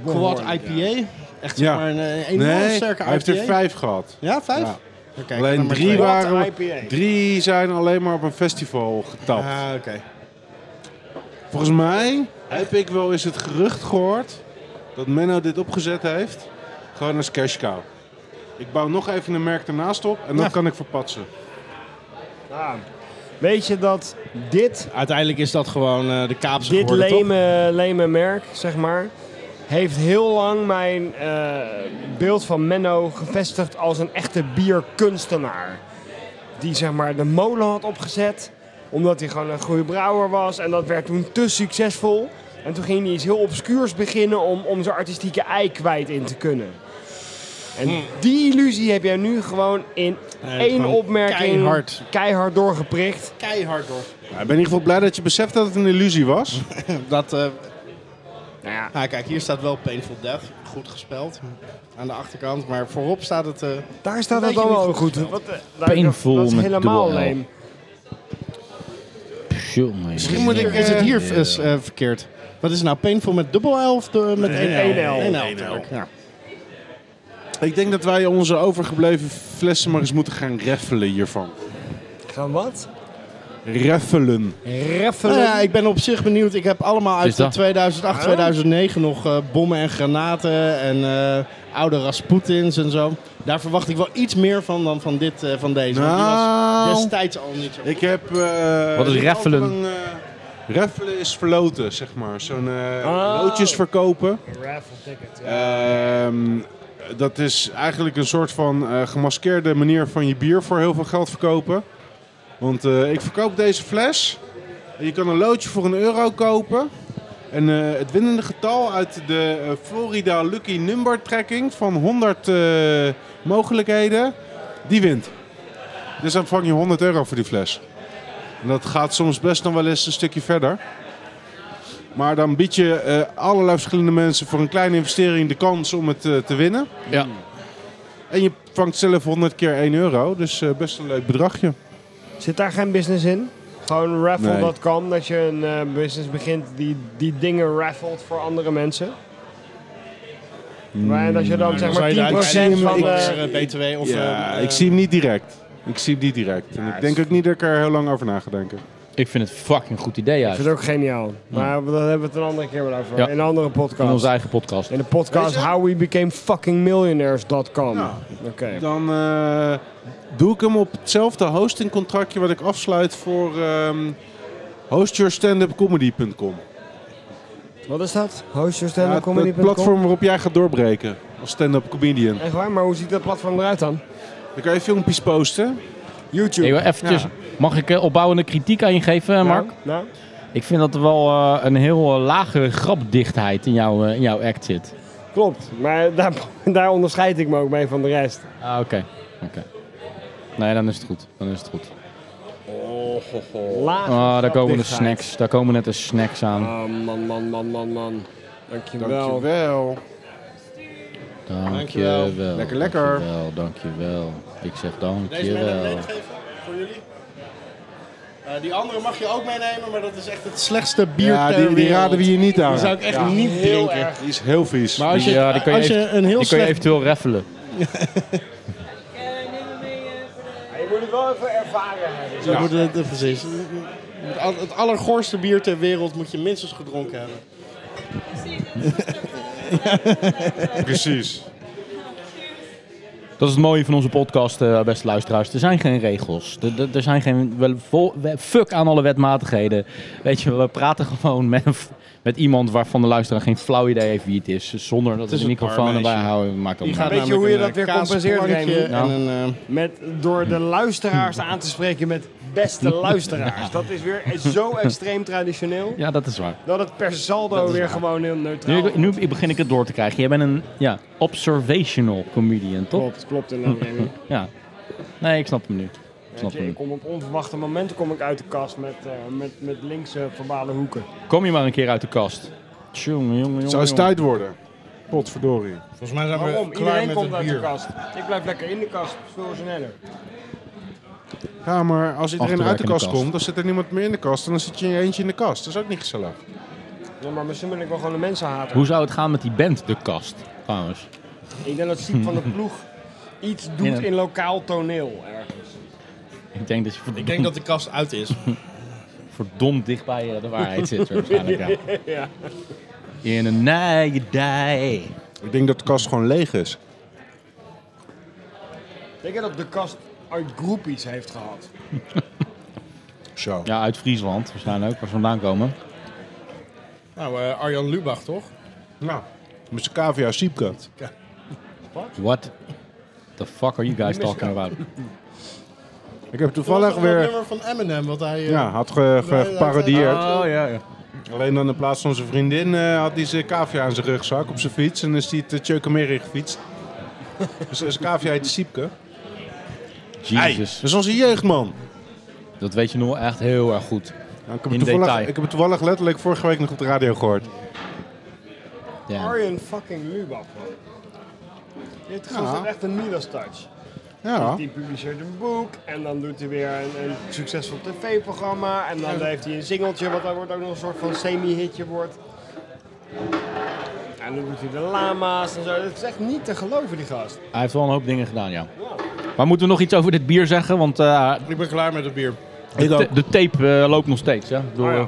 B: quad IPA. Echt zeg
D: Ja.
B: maar een eh, enorm
D: nee,
B: sterke IPA.
D: hij heeft er vijf gehad.
B: Ja, vijf?
D: Ja.
B: Oké, ik heb er
D: Alleen
B: maar
D: drie
B: twee.
E: Wat
D: waren...
E: IPA.
D: Drie zijn alleen maar op een festival getapt.
B: Ah, oké.
D: Volgens mij heb ik wel eens het gerucht gehoord dat Menno dit opgezet heeft. Gewoon als cash cow. Ik bouw nog even een merk ernaast op en dat
B: Ja.
D: kan ik verpatsen.
E: Ja. Weet je dat dit,
B: Uiteindelijk is dat gewoon eh, de Kaapse
E: dit
B: geworden, toch?
E: lame, lame merk, zeg maar, heeft heel lang mijn eh, beeld van Menno gevestigd als een echte bierkunstenaar. Die zeg maar de molen had opgezet, omdat hij gewoon een goede brouwer was. En dat werd toen te succesvol. En toen ging hij iets heel obscuurs beginnen om, om zijn artistieke ei kwijt in te kunnen. En die illusie heb jij nu gewoon in
B: Eh,
E: één
B: Hmm. gewoon
E: opmerking
B: keihard.
E: keihard doorgeprikt.
B: Keihard door.
D: Nou, Ja, ik ben in ieder geval blij dat je beseft dat het een illusie was.
B: Dat, eh,
A: Ja.
B: Nou, kijk, hier staat wel Painful Death. Goed gespeld. Aan de achterkant. Maar voorop staat het... eh,
E: Daar staat
B: Weet
E: het
B: je
E: dan
B: niet
E: wel
B: goed
E: goed.
B: gesteld.
E: Wat, eh, daar-
A: Painful
E: dat is
A: met
E: helemaal
A: dubbel L.
E: lame.
A: Jongen,
B: misschien moet ik, is het hier eh, s- eh, verkeerd. Wat is nou Painful met dubbel L of de- met één L?
E: één L.
B: Eén
D: Eén L.
B: natuurlijk, ja.
D: Ik denk dat wij onze overgebleven flessen maar eens moeten gaan reffelen hiervan.
E: Gaan wat?
D: Reffelen.
B: Nou
E: Eh,
B: ja, ik ben op zich benieuwd. Ik heb allemaal
A: Is
B: uit de
A: dat-
B: 2008, 2009 nog eh, bommen en granaten en eh, oude Rasputins en zo. Daar verwacht ik wel iets meer van dan van, dit, eh, van deze. want die was
D: Nou,
B: destijds al niet zo.
D: ik heb... eh,
A: Wat is reffelen?
D: ook een, eh, reffelen is verloten, zeg maar. Zo'n eh
E: Oh.
D: loodjes verkopen.
E: Raffle ticket.
D: Ehm, dat is eigenlijk een soort van eh, gemaskeerde manier van je bier voor heel veel geld verkopen. Want eh, ik verkoop deze fles. Je kan een loodje voor een euro kopen. En eh, het winnende getal uit de eh, Florida Lucky Number Trekking van 100 eh, mogelijkheden, die wint. Dus dan vang je 100 euro voor die fles. En dat gaat soms best nog wel eens een stukje verder. Maar dan bied je eh, allerlei verschillende mensen voor een kleine investering de kans om het eh, te winnen.
A: Ja.
D: En je vangt zelf 100 keer 1 euro, dus eh, best een leuk bedragje.
E: Zit daar geen business in? Gewoon raffle.com, dat je een eh, business begint die, die dingen raffelt voor andere mensen. Maar dat je Hmm. dan zeg
B: zou
E: maar
B: je
E: 10%
B: daar uiteindelijk
E: van...
B: voor,
E: eh,
B: eh, BTW of...
D: ja,
B: eh,
D: ik zie hem niet direct. Ik zie hem niet direct. en ik denk ook niet dat ik er heel lang over na ga denken.
A: Ik vind het fucking goed idee
E: ik
A: uit.
E: vind het ook geniaal. Maar dat hebben we het een andere keer wel over.
A: Ja.
E: In een andere
A: In
E: podcast.
A: onze eigen podcast.
E: In de podcast How We Became Fucking Millionaires.com.
D: Ja.
E: Oké.
D: Dan eh, doe ik hem op hetzelfde hostingcontractje wat ik afsluit voor ehm hostyourstandupcomedy.com.
E: Wat is dat?
D: Ja, het,
E: Hostjourstemmencomedy.com?
D: het platform waarop jij gaat doorbreken als stand-up comedian.
E: Echt waar, maar hoe ziet dat platform eruit dan?
D: Dan kan je filmpjes posten.
E: YouTube.
A: Hey, maar eventjes,
D: Ja.
A: mag ik eh, opbouwende kritiek aan je geven, eh,
E: Nou,
A: Mark?
E: Nou,
A: Ik vind dat er wel eh, een heel eh, lage grapdichtheid in, jouw eh, in jouw act zit.
E: klopt. Maar daar, daar onderscheid ik me ook mee van de rest.
A: Ah, oké. Oké. Nee, dan is het goed. Dan is het goed.
E: Laag.
A: Ah, daar komen de snacks. Daar komen net de snacks aan.
E: Oh, man, man, man, man, man. Dankjewel.
D: Dankjewel.
A: Ah. Dankjewel.
D: Lekker, lekker.
A: Dankjewel, dankjewel. Ik zeg
B: Deze wil ik
A: dankjewel.
B: meegeven voor jullie. Eh, die andere mag je ook meenemen, maar dat is echt het slechtste bier
D: ja,
B: ter
D: die, die
B: wereld.
D: raden we je niet aan.
B: Die zou ik echt niet
E: Heel
B: drinken.
E: erg.
D: Die is heel vies.
B: Maar als je,
A: Ja, die kan je
B: als je
A: even-
B: een heel
A: Die kun je
B: slecht...
A: eventueel raffelen.
E: Je moet het wel even ervaren hebben.
B: Zo moet het, eh, precies. Het al- Het allergoorste bier ter wereld moet je minstens gedronken hebben.
D: Precies.
A: Dat is het mooie van onze podcast, eh, beste luisteraars. Er zijn geen regels. Er, er- er zijn geen... wel vol- we- fuck aan alle wetmatigheden. Weet je, we praten gewoon met, een f- met iemand waarvan de luisteraar geen flauw idee heeft wie het is. Zonder dat we
B: is
A: de
B: een
A: microfoon erbij
B: barmeisje.
A: houden. Maakt ook
B: Die
A: niet
B: gaat
A: uit.
E: Weet je
B: namelijk
E: hoe je
B: een, eh,
E: dat weer compenseert,
B: kaasplankje
E: Raymond?
A: Nou.
B: En een, eh,
E: Met, door de luisteraars aan te spreken met beste luisteraars. Dat is weer zo extreem traditioneel.
A: Ja, dat is waar.
E: Dat het per saldo weer gewoon heel neutraal
A: Nu, nu begin ik het door te krijgen. Jij bent een ja, observational comedian, toch?
E: Klopt, klopt inderdaad. Raymond.
A: Ja. Nee, ik snap hem nu. Ik snap
E: Weet je,
A: Hm. hem
E: ik
A: nu.
E: kom op onverwachte momenten kom ik uit de kast met, eh, met, met linkse verbale hoeken.
A: Kom je maar een keer uit de kast. Tjonge, jonge, jonge.
D: Zou eens
A: jonge.
D: tijd worden. Potverdorie.
B: Volgens mij zijn
E: Waarom? Iedereen komt uit de kast. Ik blijf lekker in de kast, veel sneller.
D: Ja, maar als iedereen
A: Achterwerk
D: uit de
A: in de
D: kast,
A: kast.
D: komt, dan zit er niemand meer in de kast. En dan zit je in je eentje in de kast. Dat is ook niet gezellig.
E: Ja, maar misschien ben ik wel gewoon een mensenhater.
A: Hoe zou het gaan met die band, De Kast, trouwens?
E: Ik denk dat Siep van de Ploeg iets doet
A: Ja.
E: in lokaal toneel ergens.
A: Ik denk dat je verdomd,
B: Ik denk dat de kast uit is.
A: verdomd dicht bij eh, de waarheid zit. waarschijnlijk, ja.
E: Ja.
A: In een nijdij.
D: Ik denk dat de kast gewoon leeg is.
E: Denk je dat de kast uit groep iets heeft gehad?
D: Zo.
A: Ja, uit Friesland waarschijnlijk, ook, waar ze vandaan komen.
B: Nou, eh, Arjan Lubach toch?
D: Nou, met zijn cavia siepke.
A: What the fuck are you guys talking about?
D: Ik heb
B: Dat
D: toevallig
B: was toch dat
D: weer...
B: nummer van Eminem wat hij... eh,
D: Ja, eh, had ge- ge- geparodieerd.
A: ja, ja.
D: Alleen dan in plaats van zijn vriendin eh, had hij zijn cavia in zijn rugzak op zijn fiets. En is hij te Tjeukamere gefietst. dus zijn cavia heet Siepke.
A: Jesus,
D: Dat is onze jeugdman.
A: dat weet je nog echt heel erg goed.
D: Ja, ik, heb
A: In
D: het toevallig,
A: detail.
D: ik heb het toevallig letterlijk vorige week nog op de radio gehoord.
A: Ja.
E: Arjen fucking Lubach, man. Dit gaf
D: Ja.
E: heeft echt een Midas-touch.
D: Ja.
E: Die publiceert een boek en dan doet hij weer een, een succesvol tv-programma. En dan heeft hij een singeltje, wat dan wordt ook nog een soort van semi-hitje wordt. En dan doet hij de lama's en zo. Dat is echt niet te geloven, die gast.
A: Hij heeft wel een hoop dingen gedaan, ja. Maar moeten we nog iets over dit bier zeggen? Want eh,
B: Ik ben klaar met het bier.
A: de, ta- de tape eh, loopt nog steeds. Hè? Ik bedoel,
E: Oh ja.
A: eh,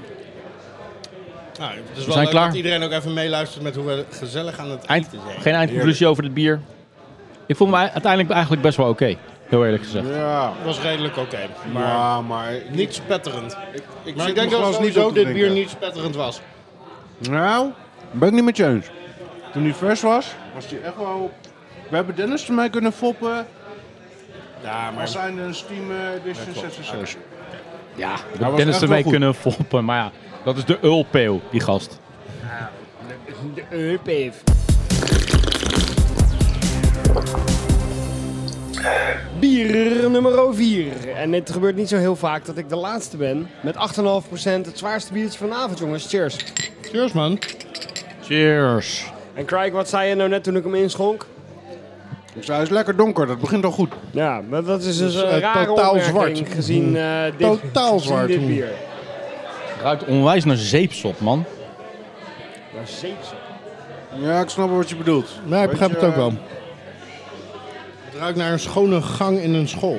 B: Nou, het is wel
A: zijn
B: leuk
A: klaar.
B: dat iedereen ook even meeluistert met hoe we gezellig aan het
A: eind-
B: eten zijn.
A: geen eindconclusie over dit bier. Ik vond hem ei- uiteindelijk eigenlijk best wel oké. Heel eerlijk gezegd.
D: Ja.
B: Het was redelijk oké, maar
D: Ja, maar ik,
B: niet spetterend.
D: ik,
B: Maar
D: zit
B: ik denk
D: nog
B: dat
D: wel eens
B: sowieso
D: op te
B: dit bier
D: drinken.
B: niet spetterend was.
D: Nou, ben ik niet met je eens. Toen die vers was, was die echt wel... We hebben Dennis ermee kunnen foppen.
B: Ja,
D: Maar
B: maar
D: zijn een Steam eh, Edition 66.
A: Ja,
D: was
A: Dennis
D: echt
A: ermee
D: wel goed.
A: kunnen foppen. Maar ja, dat is de Ulpeel, die gast.
E: De Eupeef. Bier nummer 4. En dit gebeurt niet zo heel vaak dat ik de laatste ben. Met 8,5% het zwaarste biertje van de avond, jongens. Cheers.
B: cheers man.
A: Cheers.
E: En Craig, wat zei je nou net toen ik hem inschonk?
D: Ik zei, hij is lekker donker, dat begint al goed.
E: Ja, maar dat is dus,
B: Dus,
E: een
B: eh,
E: rare
B: totaal
E: opmerking
B: zwart. Hmm.
E: gezien eh, dit,
B: Totaal
E: gezien
B: zwart,
E: dit
B: hmm.
E: bier.
A: Ruikt onwijs naar zeepsop, man.
E: Ja, zeepsel.
D: Ja, ik snap wel wat je bedoelt.
B: Nee, ik
D: Weet
B: begrijp
D: je,
B: het ook wel.
D: eh,
B: Het ruikt naar een schone gang in een school.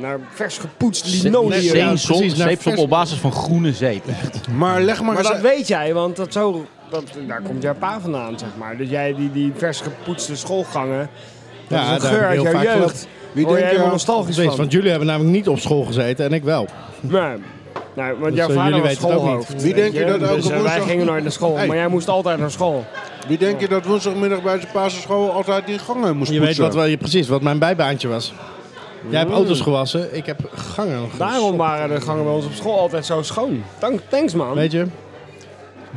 E: Naar vers gepoetst
A: Ze-
E: linoleum.
B: nee, ja,
A: zeepsop,
B: precies, naar
A: zeepsop
B: vers-
A: op basis van groene zeep. Echt.
D: Maar leg maar,
E: Maar
D: eens
E: dat
D: uit-
E: weet jij, want dat zo, dat, daar komt jouw pa vandaan, zeg maar. Dus jij die, die vers gepoetste schoolgangen, dat
B: Ja,
E: is een
B: daar
E: geur
B: heb
E: uit
B: ik heel
E: jouw
B: vaak
E: jeugd.
D: Wie
E: Word je
D: denk je
E: helemaal
D: aan?
E: nostalgisch
B: Precies,
E: van.
B: want jullie hebben namelijk niet op school gezeten en ik wel.
E: Nee. Nee, want jouw
B: jullie
E: vader was
B: weten het ook
E: schoolhoofd.
B: niet.
D: Wie denk je dat elke
E: Dus, eh, Wij
D: woensdag-
E: gingen nooit naar school,
D: Hey.
E: maar jij moest altijd naar school.
D: Wie denk je dat woensdagmiddag bij zijn basisschool altijd die gangen moest
B: Je weet
D: poetsen?
B: wat, wel- je, precies wat mijn bijbaantje was. Jij hebt auto's gewassen, ik heb gangen
E: Daarom
B: gewassen.
E: waren de gangen bij ons op school altijd zo schoon. Dank, thanks man.
B: Weet je?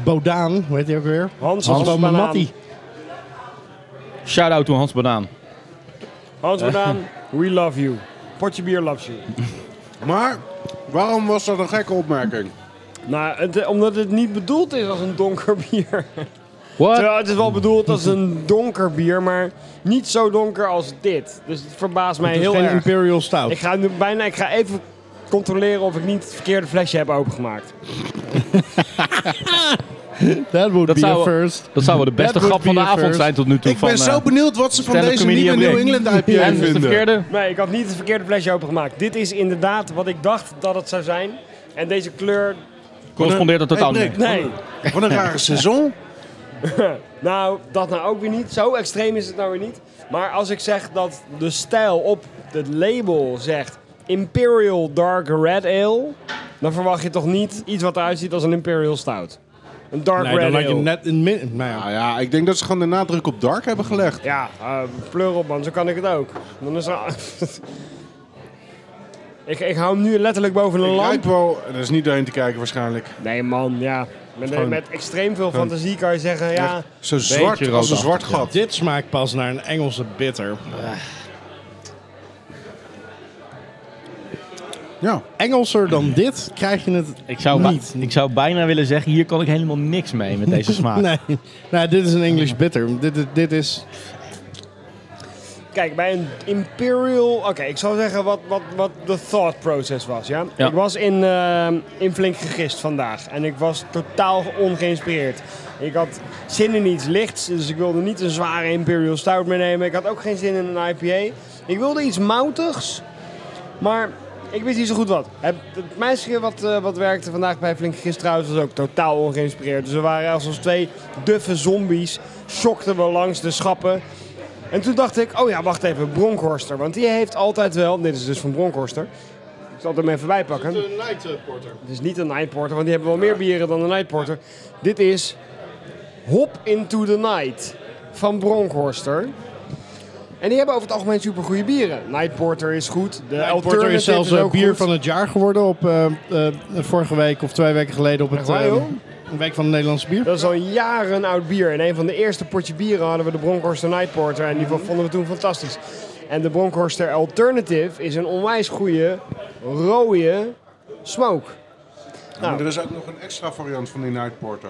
B: Bodaan, weet je ook weer?
E: Hans
B: was
E: was
B: wel
E: banaan.
B: Mattie.
A: Shout-out to Hans Banaan.
E: Hans Banaan, we love you. Potje bier loves you.
D: Maar, waarom was dat een gekke opmerking?
E: Nou, het, eh, omdat het niet bedoeld is als een donker bier.
A: What?
E: Terwijl het is wel bedoeld als een donker bier, maar niet zo donker als dit. Dus het verbaast mij
B: Het is
E: heel
B: geen
E: erg.
B: Imperial Stout.
E: Ik ga nu bijna, ik ga even controleren of ik niet het verkeerde flesje heb opengemaakt.
B: That would
A: Dat
B: be
A: zou-
B: a first.
A: Dat zou wel de beste
B: That would
A: grap van de
B: be a
A: avond
B: first.
A: zijn tot nu toe. eh,
D: Ik ben zo benieuwd wat ze van
A: stand-up
D: deze
A: comedian
D: nieuwe New
A: Blake.
D: England IPA
A: En de
D: vinden.
A: verkeerde.
E: Nee, ik had niet het verkeerde flesje opengemaakt. Dit is inderdaad wat ik dacht dat het zou zijn. En deze kleur,
A: Correspondeert dat totaal
D: Hey,
A: niet.
D: Nick,
E: nee.
D: Wat een rare seizoen.
E: Nou, dat nou ook weer niet. Zo extreem is het nou weer niet. Maar als ik zeg dat de stijl op het label zegt Imperial Dark Red Ale, dan verwacht je toch niet iets wat eruit ziet als een Imperial Stout. Een Dark
B: Nee, dan
E: Red
B: had
E: Ale.
B: je net in min. Nou ja.
E: Ah,
D: Nou ja, ik denk dat ze gewoon de nadruk op dark hebben gelegd.
E: Ja, eh pleur op man, zo kan ik het ook. Dan is er... ik, ik hou hem nu letterlijk boven een
D: Ik
E: lamp.
D: ruik wel, en er is niet doorheen te kijken waarschijnlijk.
E: Nee man, ja. Met,
D: Gewoon-
E: met extreem veel fantasie kan je zeggen, ja...
D: Zo zwart als een
A: roodachtig,
D: zwart gat.
B: Dit smaakt pas naar een Engelse bitter.
D: Ja.
B: Engelser
E: Mm.
B: dan dit krijg je het
A: Ik zou, ba-
B: niet.
A: ik zou bijna willen zeggen, hier kan ik helemaal niks mee met deze smaak.
B: Nee, nou, dit is een English bitter. Dit, dit, dit is...
E: Kijk, bij een Imperial. Oké, ik zou zeggen wat, wat, wat de thought process was. Ja?
A: Ja.
E: Ik was in, ehm, in Flink gegist vandaag. En ik was totaal ongeïnspireerd. Ik had zin in iets lichts. Dus ik wilde niet een zware Imperial Stout meenemen. Ik had ook geen zin in een IPA. Ik wilde iets moutigs. Maar ik wist niet zo goed wat. Het, het meisje wat, eh, wat werkte vandaag bij Flink Gist trouwens was ook totaal ongeïnspireerd. Dus we waren als twee duffe zombies. Schokten we langs de schappen. En toen dacht ik, oh ja, wacht even, Bronkhorster. Want die heeft altijd wel, dit is dus van Bronkhorster. Ik zal het hem even bijpakken. Het is niet een Night Porter, want die hebben wel meer bieren dan een Night Porter. Dit is Hop Into The Night van Bronkhorster. En die hebben over het algemeen supergoeie bieren. Night Porter is goed. De
B: Night Porter
E: Alternative
B: is zelfs
E: ook
B: eh, bier
E: goed.
B: van het jaar geworden op eh, eh, vorige week of twee weken geleden op het
E: waar,
B: eh,
E: joh?
B: een week van het Nederlandse bier.
E: Dat is al jaren oud bier. In een van de eerste potje bieren hadden we de Bronkhorster Night Porter. En die vonden we toen fantastisch. En de Bronkhorster Alternative is een onwijs goede, rode smoke.
D: Maar er is ook nog een extra variant van die Night Porter.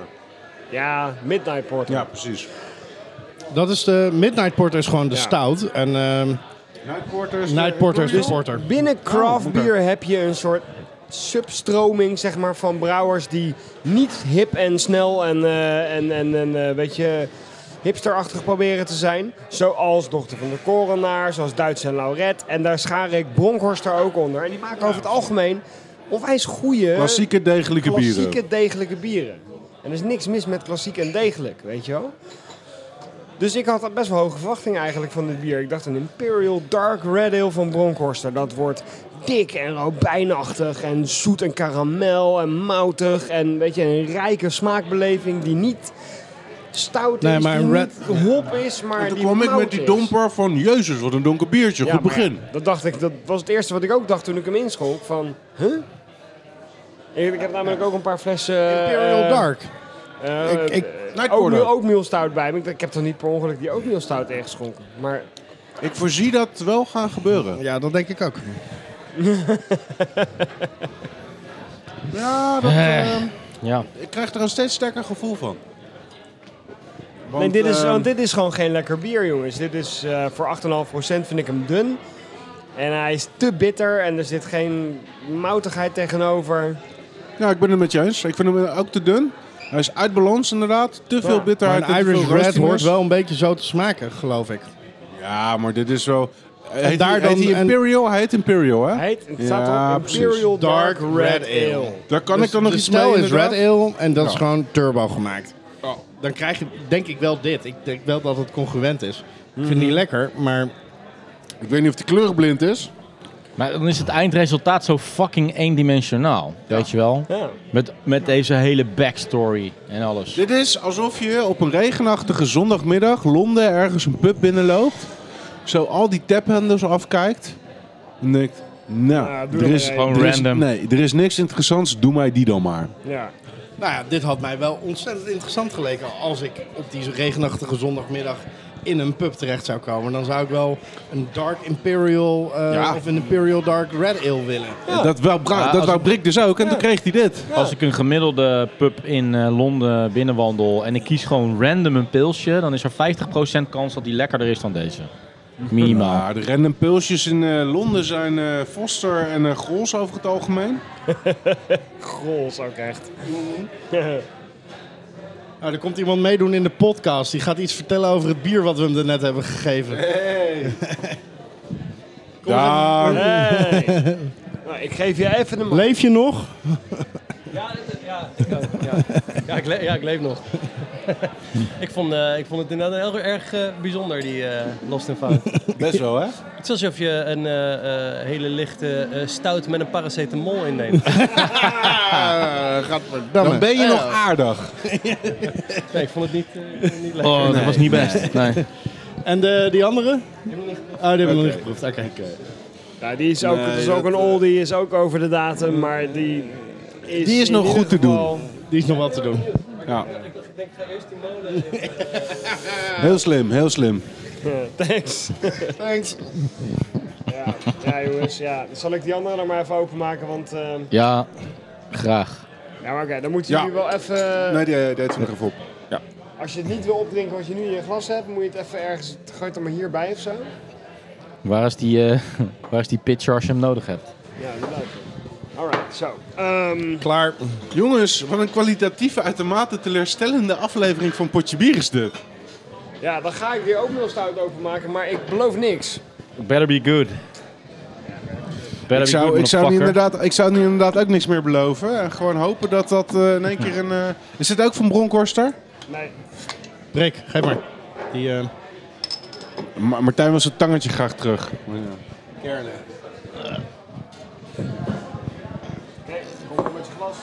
E: Ja, Midnight Porter.
D: Ja, precies.
B: Dat is de Midnight Porter is gewoon de
E: Ja.
B: stout. En ehm
D: Night Porter is
B: Night Porter is de porter.
E: Binnen
D: Oh,
E: craft
D: oké.
E: beer heb je een soort substroming zeg maar, van brouwers die niet hip en snel en, eh, en, en, en eh, weet je, hipsterachtig proberen te zijn. Zoals Dochter van de Korenaar, zoals Duits en Lauret. En daar schaar ik Bronkhorst er ook onder. En die maken over het algemeen onwijs goede,
D: Klassieke degelijke bieren.
E: klassieke, degelijke bieren. En er is niks mis met klassiek en degelijk, weet je wel. Dus ik had best wel hoge verwachtingen eigenlijk van dit bier. Ik dacht een Imperial Dark Red Ale van Bronkhorster. Dat wordt dik en robijnachtig en zoet en karamel en moutig. En weet je, een rijke smaakbeleving die niet stout
B: Nee,
E: is,
B: maar
E: die
B: een red-
E: niet hop is, maar
D: En toen
E: die
D: kwam ik
E: mout
D: met die
E: is.
D: domper van, jezus, wat een donker biertje.
E: Ja,
D: Goed
E: maar
D: begin.
E: Dat dacht ik, dat was het eerste wat ik ook dacht toen ik hem inschonk. Van, huh? Ik, ik heb namelijk ook een paar flessen...
B: Imperial
E: eh,
B: Dark.
E: eh,
B: Ik- ik-
E: eh,
D: Night
E: oatmeal-
D: Porter.
E: oatmeal stout bij me. Ik, ik heb toch niet per ongeluk die oatmeal stout ingeschonken. Maar
D: Ik voorzie dat wel gaan gebeuren.
B: Ja, dat denk ik ook.
D: Ja, dat, ehm,
A: Ja.
D: ik krijg er een steeds sterker gevoel van. Want,
E: nee, dit, is,
D: ehm,
E: want dit is gewoon geen lekker bier, jongens. Dit is eh, voor 8,5% vind ik hem dun. En hij is te bitter en er zit geen moutigheid tegenover.
D: Ja, ik ben het met je eens. Ik vind hem ook te dun. Hij is uit balans inderdaad. Te veel bitterheid
B: Maar een
D: en te
B: Irish
D: veel
B: Red hoort
D: roastiness.
B: wel een beetje zo te smaken, geloof ik.
D: Ja, maar dit is wel... Heet,
B: daar
D: daar
B: dan
D: heet die
B: een-
D: Imperial? Hij heet Imperial, hè?
E: Hij heet, het staat
D: Ja,
E: op Imperial
B: precies.
E: Dark,
B: Dark
E: Red,
B: Red
E: Ale.
B: Ale.
D: Daar kan ik dan
B: Dus
D: nog
B: de
D: iets mee,
B: stijl is
D: inderdaad.
B: Red Ale en dat is
D: Ja.
B: gewoon turbo gemaakt. Dan krijg je denk ik wel dit. Ik denk wel dat het congruent is. Ik vind die lekker, maar
D: Ik weet niet of hij kleurblind is.
A: Maar dan is het eindresultaat zo fucking eendimensionaal. Weet je wel?
E: Ja.
A: Met, met deze hele backstory en alles.
D: Dit is alsof je op een regenachtige zondagmiddag Londen ergens een pub binnenloopt. Zo al die taphandles afkijkt. En denkt, nou,
E: Ja, doe
D: er
E: er
D: is...
E: maar
A: Gewoon
D: er is-
A: random.
D: nee, er is niks interessants. Doe mij die dan maar.
E: Ja.
B: nou ja, dit had mij wel ontzettend interessant geleken. Als ik op die regenachtige zondagmiddag in een pub terecht zou komen, dan zou ik wel een Dark Imperial eh,
D: Ja.
B: of een Imperial Dark Red Ale willen.
D: Dat wou, Bra-
A: Ja,
D: dat
A: als-
D: wou Brik dus ook. En toen kreeg hij dit.
A: Als ik een gemiddelde pub in eh, Londen binnenwandel en ik kies gewoon random een pilsje, dan is er 50% kans dat die lekkerder is dan deze. Minimaal.
D: Ja, de random pulsjes in eh, Londen zijn eh Foster en eh Grols over het algemeen.
E: Grols ook echt.
B: Nou, er komt iemand meedoen in de podcast. Die gaat iets vertellen over het bier wat we hem net hebben gegeven.
D: Ja,
E: Hey. nou, ik geef je even een...
B: Leef je nog?
F: Ja, dit- eh, ja, ik ook, ja. Ja, ik le- ja, ik leef nog. ik, vond, eh, ik vond het inderdaad heel erg eh, bijzonder, die eh, Lost in Found.
D: best wel hè?
F: Het is alsof je een eh, eh, hele lichte eh, stout met een paracetamol inneemt.
D: Ah, Dan ben je nog aardig.
F: Nee, ik vond het niet, eh, niet lekker.
A: Oh, dat was niet best. Nee.
B: En de, die andere? Oh, die hebben we nog niet eh, geproefd. Oké.
E: Ja, die is ook, het is ook een oldie, is ook over de datum, maar die is...
D: Die is
E: in
D: nog
E: ieder
D: goed te
E: geval-
B: Die is nog wat te doen.
D: Ja.
F: Ik denk, ga eerst die molen.
D: Heel slim, heel slim.
E: Thanks.
B: Thanks.
E: Ja, ja, jongens, ja. Zal ik die andere dan maar even openmaken, want... ehm,
A: Ja, graag.
E: Ja, maar oké, dan moeten
D: Ja.
E: jullie wel even...
D: Nee, die deed nog even op.
E: Als je het niet wil opdrinken wat je nu in je glas hebt, moet je het even ergens... Gooi het dan maar hierbij of zo.
A: Waar is die, eh, waar is die pitch als je hem nodig hebt?
E: Ja, inderdaad. Alright, zo. Ehm,
B: Klaar.
D: Jongens, wat een kwalitatieve, uitermate teleurstellende aflevering van Potje Bier is dit.
E: ja, dan ga ik weer ook nog stout openmaken, maar ik beloof niks.
A: Better be good. Better
D: Ik zou, ik, zou nu
A: motherfucker.
D: inderdaad, ik zou nu inderdaad ook niks meer beloven. En gewoon hopen dat dat eh, in één keer een... eh, Is dit ook van Bronkhorster?
E: Nee,
B: Rick, geef maar. Die, eh,
D: Ma- Martijn was het tangetje graag terug.
E: oké, kom maar met je glas.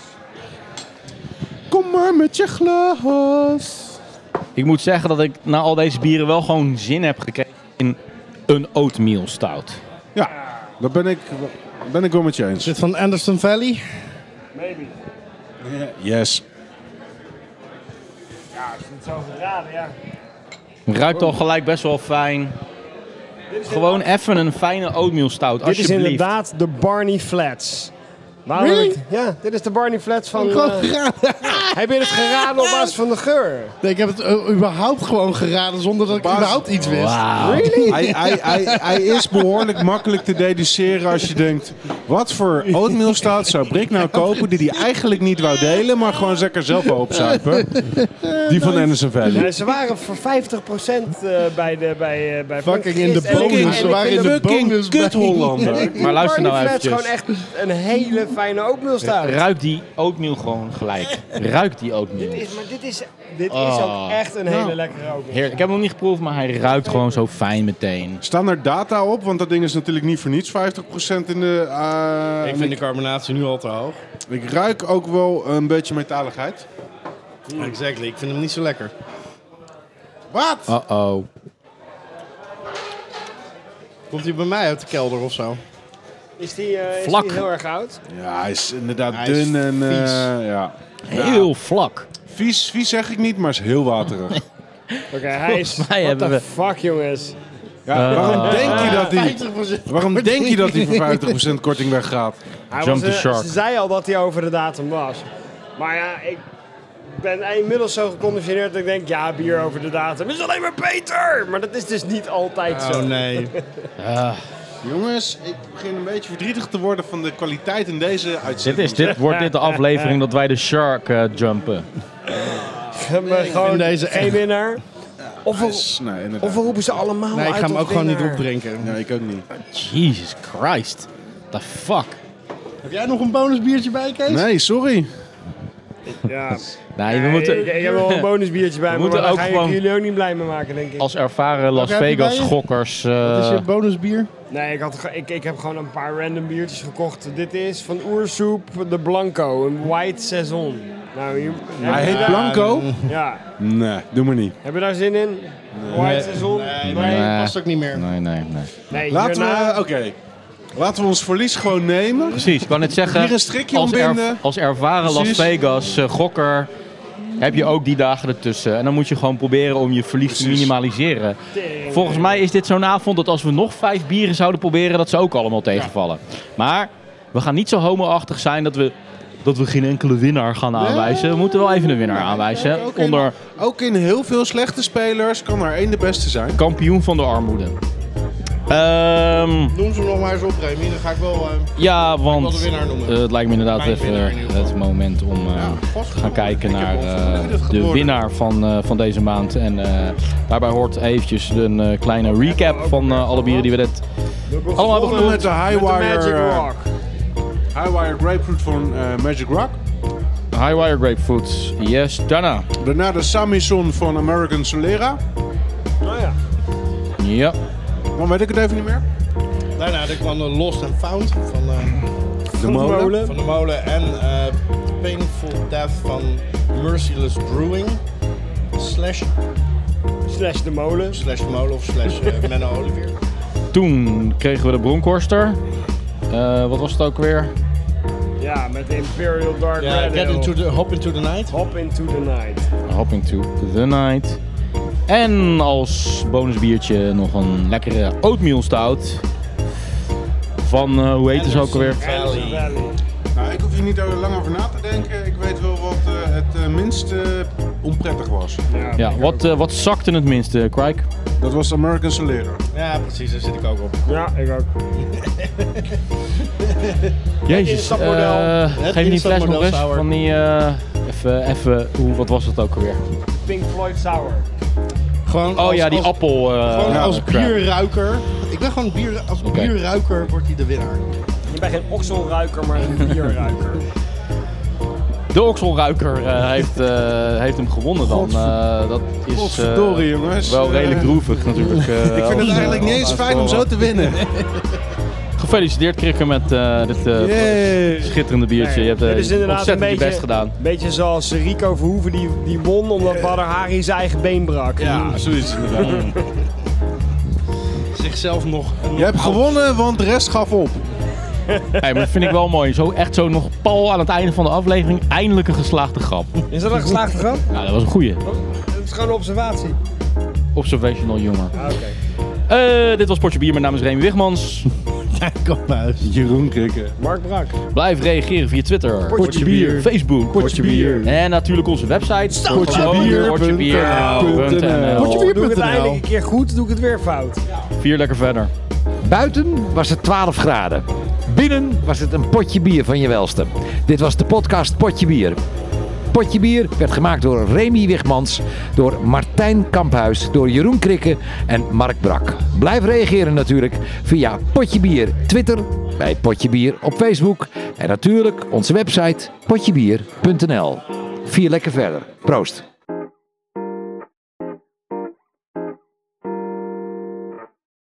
D: Kom maar met je glas.
A: Ik moet zeggen dat ik na al deze bieren wel gewoon zin heb gekregen in een oatmeal stout.
D: Ja, dat ben ik, ben ik wel met je
B: is
D: eens.
B: dit van Anderson Valley?
E: Maybe.
D: Yes.
E: Ja, als je het zo geraden, ja.
A: Ruikt al gelijk best wel fijn.
E: Dit is
A: Gewoon even een fijne oatmeal stout,
E: Dit is
A: alsjeblieft.
E: inderdaad de Barney Flats. Waarom heb
B: Really?
E: ik- ja, dit is de Barney Flats van...
B: Gewoon
E: eh,
B: geraden.
E: Heb je het geraden op basis van de geur?
B: Nee, ik heb het eh, überhaupt gewoon geraden zonder dat ik
D: Basis-
B: überhaupt iets wist.
D: Hij, hij, hij, hij is behoorlijk makkelijk te deduceren als je denkt... wat voor oatmeal staat zou Brik nou kopen die hij eigenlijk niet wou delen... maar gewoon lekker zelf wou opzuipen? Die van Anderson Valley.
E: Ja, ze waren voor 50% eh, bij de bij, eh, bij
B: Fucking in de
E: Frank Christ.
B: bonus.
E: En ik- en
B: Ze
E: ik
B: waren in
E: vind
B: de bonus. bij-
D: kut Hollander.
A: Maar luister nou
E: Barney Flats
A: eventjes.
E: gewoon echt een hele fijne oatmealstaart.
A: Ruik die oatmeal gewoon gelijk. Ruik die oatmeal.
E: Is- Maar dit is, dit is
A: Oh.
E: ook echt een hele lekkere oatmeal.
A: Heerlijk. Ik heb hem nog niet geproefd, maar hij ruikt gewoon zo fijn meteen.
D: Staan er data op? Want dat ding is natuurlijk niet voor niets 50% in de... eh,
B: Ik vind de carbonatie nu al te hoog.
D: ik ruik ook wel een beetje metaligheid.
B: Exactly, ik vind hem niet zo lekker.
D: Wat?
A: Uh-oh.
B: Komt hij bij mij uit de kelder of zo?
E: Is die, eh, is
A: Vlak.
E: die heel erg oud?
D: Ja, hij is inderdaad
B: Hij is
D: dun en... eh,
B: vies.
D: ja.
A: Heel vlak.
D: Vies, vies zeg ik niet, maar is heel waterig.
E: Oké, hij is...
A: Volgens mij
E: What the
A: hebben
E: fuck, jongens?
D: Ja,
A: Eh.
D: waarom denk je dat die...
B: 50%.
D: Waarom denk je dat die voor 50% korting weggaat?
E: Hij
A: Jump
E: was,
A: the
E: eh,
A: shark.
E: Ze zei al dat hij over de datum was. Maar ja, ik ben inmiddels zo geconditioneerd dat ik denk, ja, bier over de datum is alleen maar beter. Maar dat is dus niet altijd zo.
B: Oh nee.
D: Jongens, ik begin een beetje verdrietig te worden van de kwaliteit in deze
A: Dit,
D: uitzending.
A: is, dit wordt dit de aflevering dat wij de shark eh, jumpen.
E: Maar gewoon
B: vind deze
E: geen
B: echt-
E: winnaar. Of we,
D: Nee, inderdaad.
E: of we roepen ze allemaal
B: Nee, ik
E: uit
B: ga hem
E: tot
B: ook gewoon niet
E: winnaar.
B: opdrinken.
D: Nee, ik ook niet.
A: Jesus Christ. The fuck.
B: Heb jij nog een bonusbiertje bij, Kees?
D: Nee, sorry.
E: Ja.
A: Nee, we
E: Nee,
A: moeten...
E: ik, ik heb wel een bonusbiertje bij me,
A: moeten
E: maar daar
A: ook
E: ga ik
A: gewoon-
E: jullie ook niet blij mee maken, denk ik.
A: Als ervaren Las
B: heb je bij
A: Vegas
B: je?
A: gokkers.
B: Wat is
A: eh
B: je bonusbier?
E: Nee, ik, had, ge- ik, ik heb gewoon een paar random biertjes gekocht. Dit is van Oersoep de Blanco, een white saison. Nou, hier,
D: Hij
E: heb je
D: heet
E: daar-
D: Blanco?
E: Ja,
D: Nee, doe maar niet.
E: heb je daar zin in? White saison? Nee, nee.
A: Nee.
B: Past ook niet meer.
A: Nee, nee, nee.
D: Laten we...
E: hierna-
D: Oké. Laten we ons verlies gewoon nemen.
A: Precies, ik kan het zeggen.
D: Hier een strikje
A: als,
D: ombinden.
A: als ervaren Las
D: Precies.
A: Vegas eh, gokker heb je ook die dagen ertussen. En dan moet je gewoon proberen om je verlies te
D: Precies.
A: minimaliseren. Volgens mij is dit zo'n avond dat als we nog vijf bieren zouden proberen, dat ze ook allemaal tegenvallen. Maar we gaan niet zo homoachtig zijn dat we, dat we geen enkele winnaar gaan aanwijzen. We moeten wel even een winnaar aanwijzen.
D: Ook in-
A: Onder
D: Ook in heel veel slechte spelers kan er één de beste zijn.
A: kampioen van de armoede. Ehm,
B: Noem ze hem nog maar eens op, Remy. Dan ga ik wel... eh,
A: ja,
B: wil
A: want
B: de winnaar noemen.
A: eh, het lijkt me inderdaad
B: Mijn
A: even
B: winnaar in ieder geval.
A: het moment om... eh,
B: vast
A: gaan kijken
D: Ik heb
A: naar
D: wel
A: eh,
D: vermoeden dat het gaat
A: de
D: worden.
A: winnaar van, eh, van deze maand. En eh, daarbij hoort eventjes een eh, kleine recap van eh, alle bieren die we net allemaal hebben
D: Begonnen
A: genoemd.
D: met de Highwire,
E: Magic
D: eh,
E: Rock.
D: Highwire Grapefruit van eh, Magic Rock.
A: Highwire Grapefruits. Yes, daarna.
D: Daarna de Samison van American Solera.
E: Oh ja.
A: Ja.
D: Dan weet ik het even niet meer.
B: Daarna er kwam de Lost and Found van, eh,
D: De
B: van de molen. En eh, Painful Death van Merciless Brewing. Slash,
E: Slash de molen.
B: slash molen of slash eh, Menno Olivier.
A: Toen kregen we de Bronkhorster. Eh, wat was het ook weer?
E: Ja, met de Imperial Dark
B: Ja,
E: Red
B: get
E: Ale.
B: into the, hop into the night.
E: Hop into the night.
A: Hopping to the night. En als bonusbiertje nog een lekkere oatmeal stout. Van, eh, hoe heet het ook alweer?
B: Valley.
E: Valley.
D: Nou, ik hoef hier niet lang over na te denken. Ik weet wel wat eh, het eh, minst eh, onprettig was.
A: Ja, wat, eh, wat zakte het minste, Krijk?
D: Dat was American Solera.
B: Ja, precies. Daar zit ik ook op.
E: Ja, ik ook.
A: Jezus,
E: instapmodel.
A: eh,
B: Het
A: geef die fles nog
B: instapmodel
A: rust
B: sour.
A: van die... eh, even, even, hoe, wat was dat ook alweer?
E: Pink Floyd Sour.
B: Gewoon
A: Oh
B: als-
A: ja, die
B: als-
A: appel. eh,
B: Gewoon
A: ja,
B: als
A: crap.
B: bierruiker. Ik ben gewoon bier, als bierruiker wordt hij de winnaar.
E: Je bent geen okselruiker, maar een bierruiker.
A: De okselruiker eh, heeft, eh, heeft hem gewonnen dan. Eh, dat is eh,
D: Godverdorie, jongens.
A: wel redelijk
D: Eh,
A: droevig natuurlijk. eh,
D: Ik vind
A: als,
D: het
A: eh,
D: eigenlijk niet eens fijn om zo te winnen.
A: Gefeliciteerd Krikker met eh, dit eh,
D: Yay.
A: schitterende biertje. Je hebt eh,
E: Dit is inderdaad
A: ontzettend
E: een beetje,
A: je best gedaan.
E: beetje zoals Rico Verhoeven die, die won omdat Badr Hari zijn eigen been brak. Hmm.
B: Ja,
D: Zoiets inderdaad.
B: zichzelf nog.
D: Je hebt gewonnen, want de rest gaf op.
A: Hey, maar dat vind ik wel mooi. Zo, echt zo nog pal aan het einde van de aflevering. Eindelijk een geslaagde grap.
E: Is dat een geslaagde grap?
A: Nou, dat was een goeie.
E: Het is gewoon een observatie.
A: Observational humor.
E: Ah, Oké.
A: Eh, dit was Portje Bier. Mijn naam is Remy Wigmans.
B: Martijn Kamphuis.
D: Jeroen Krikke.
E: Mark Brak.
A: Blijf reageren via Twitter,
E: Potje bier.
A: Facebook
E: Potje bier.
A: en natuurlijk onze website.
D: Potjebier.nl.
A: Potjebier.nl.
E: Doe ik het
B: Potjebier.nl.
E: eindelijk een keer goed, doe ik het weer fout.
A: Vier lekker verder.
G: Buiten was het 12 graden. Binnen was het een potje bier van je welste. Dit was de podcast Potje Bier. Potje Bier werd gemaakt door Remy Wigmans, door Martijn Kamphuis, door Jeroen Krikke en Mark Brak. Blijf reageren natuurlijk via Potje Bier Twitter, bij Potje Bier op Facebook en natuurlijk onze website potjebier.nl. Vier lekker verder. Proost.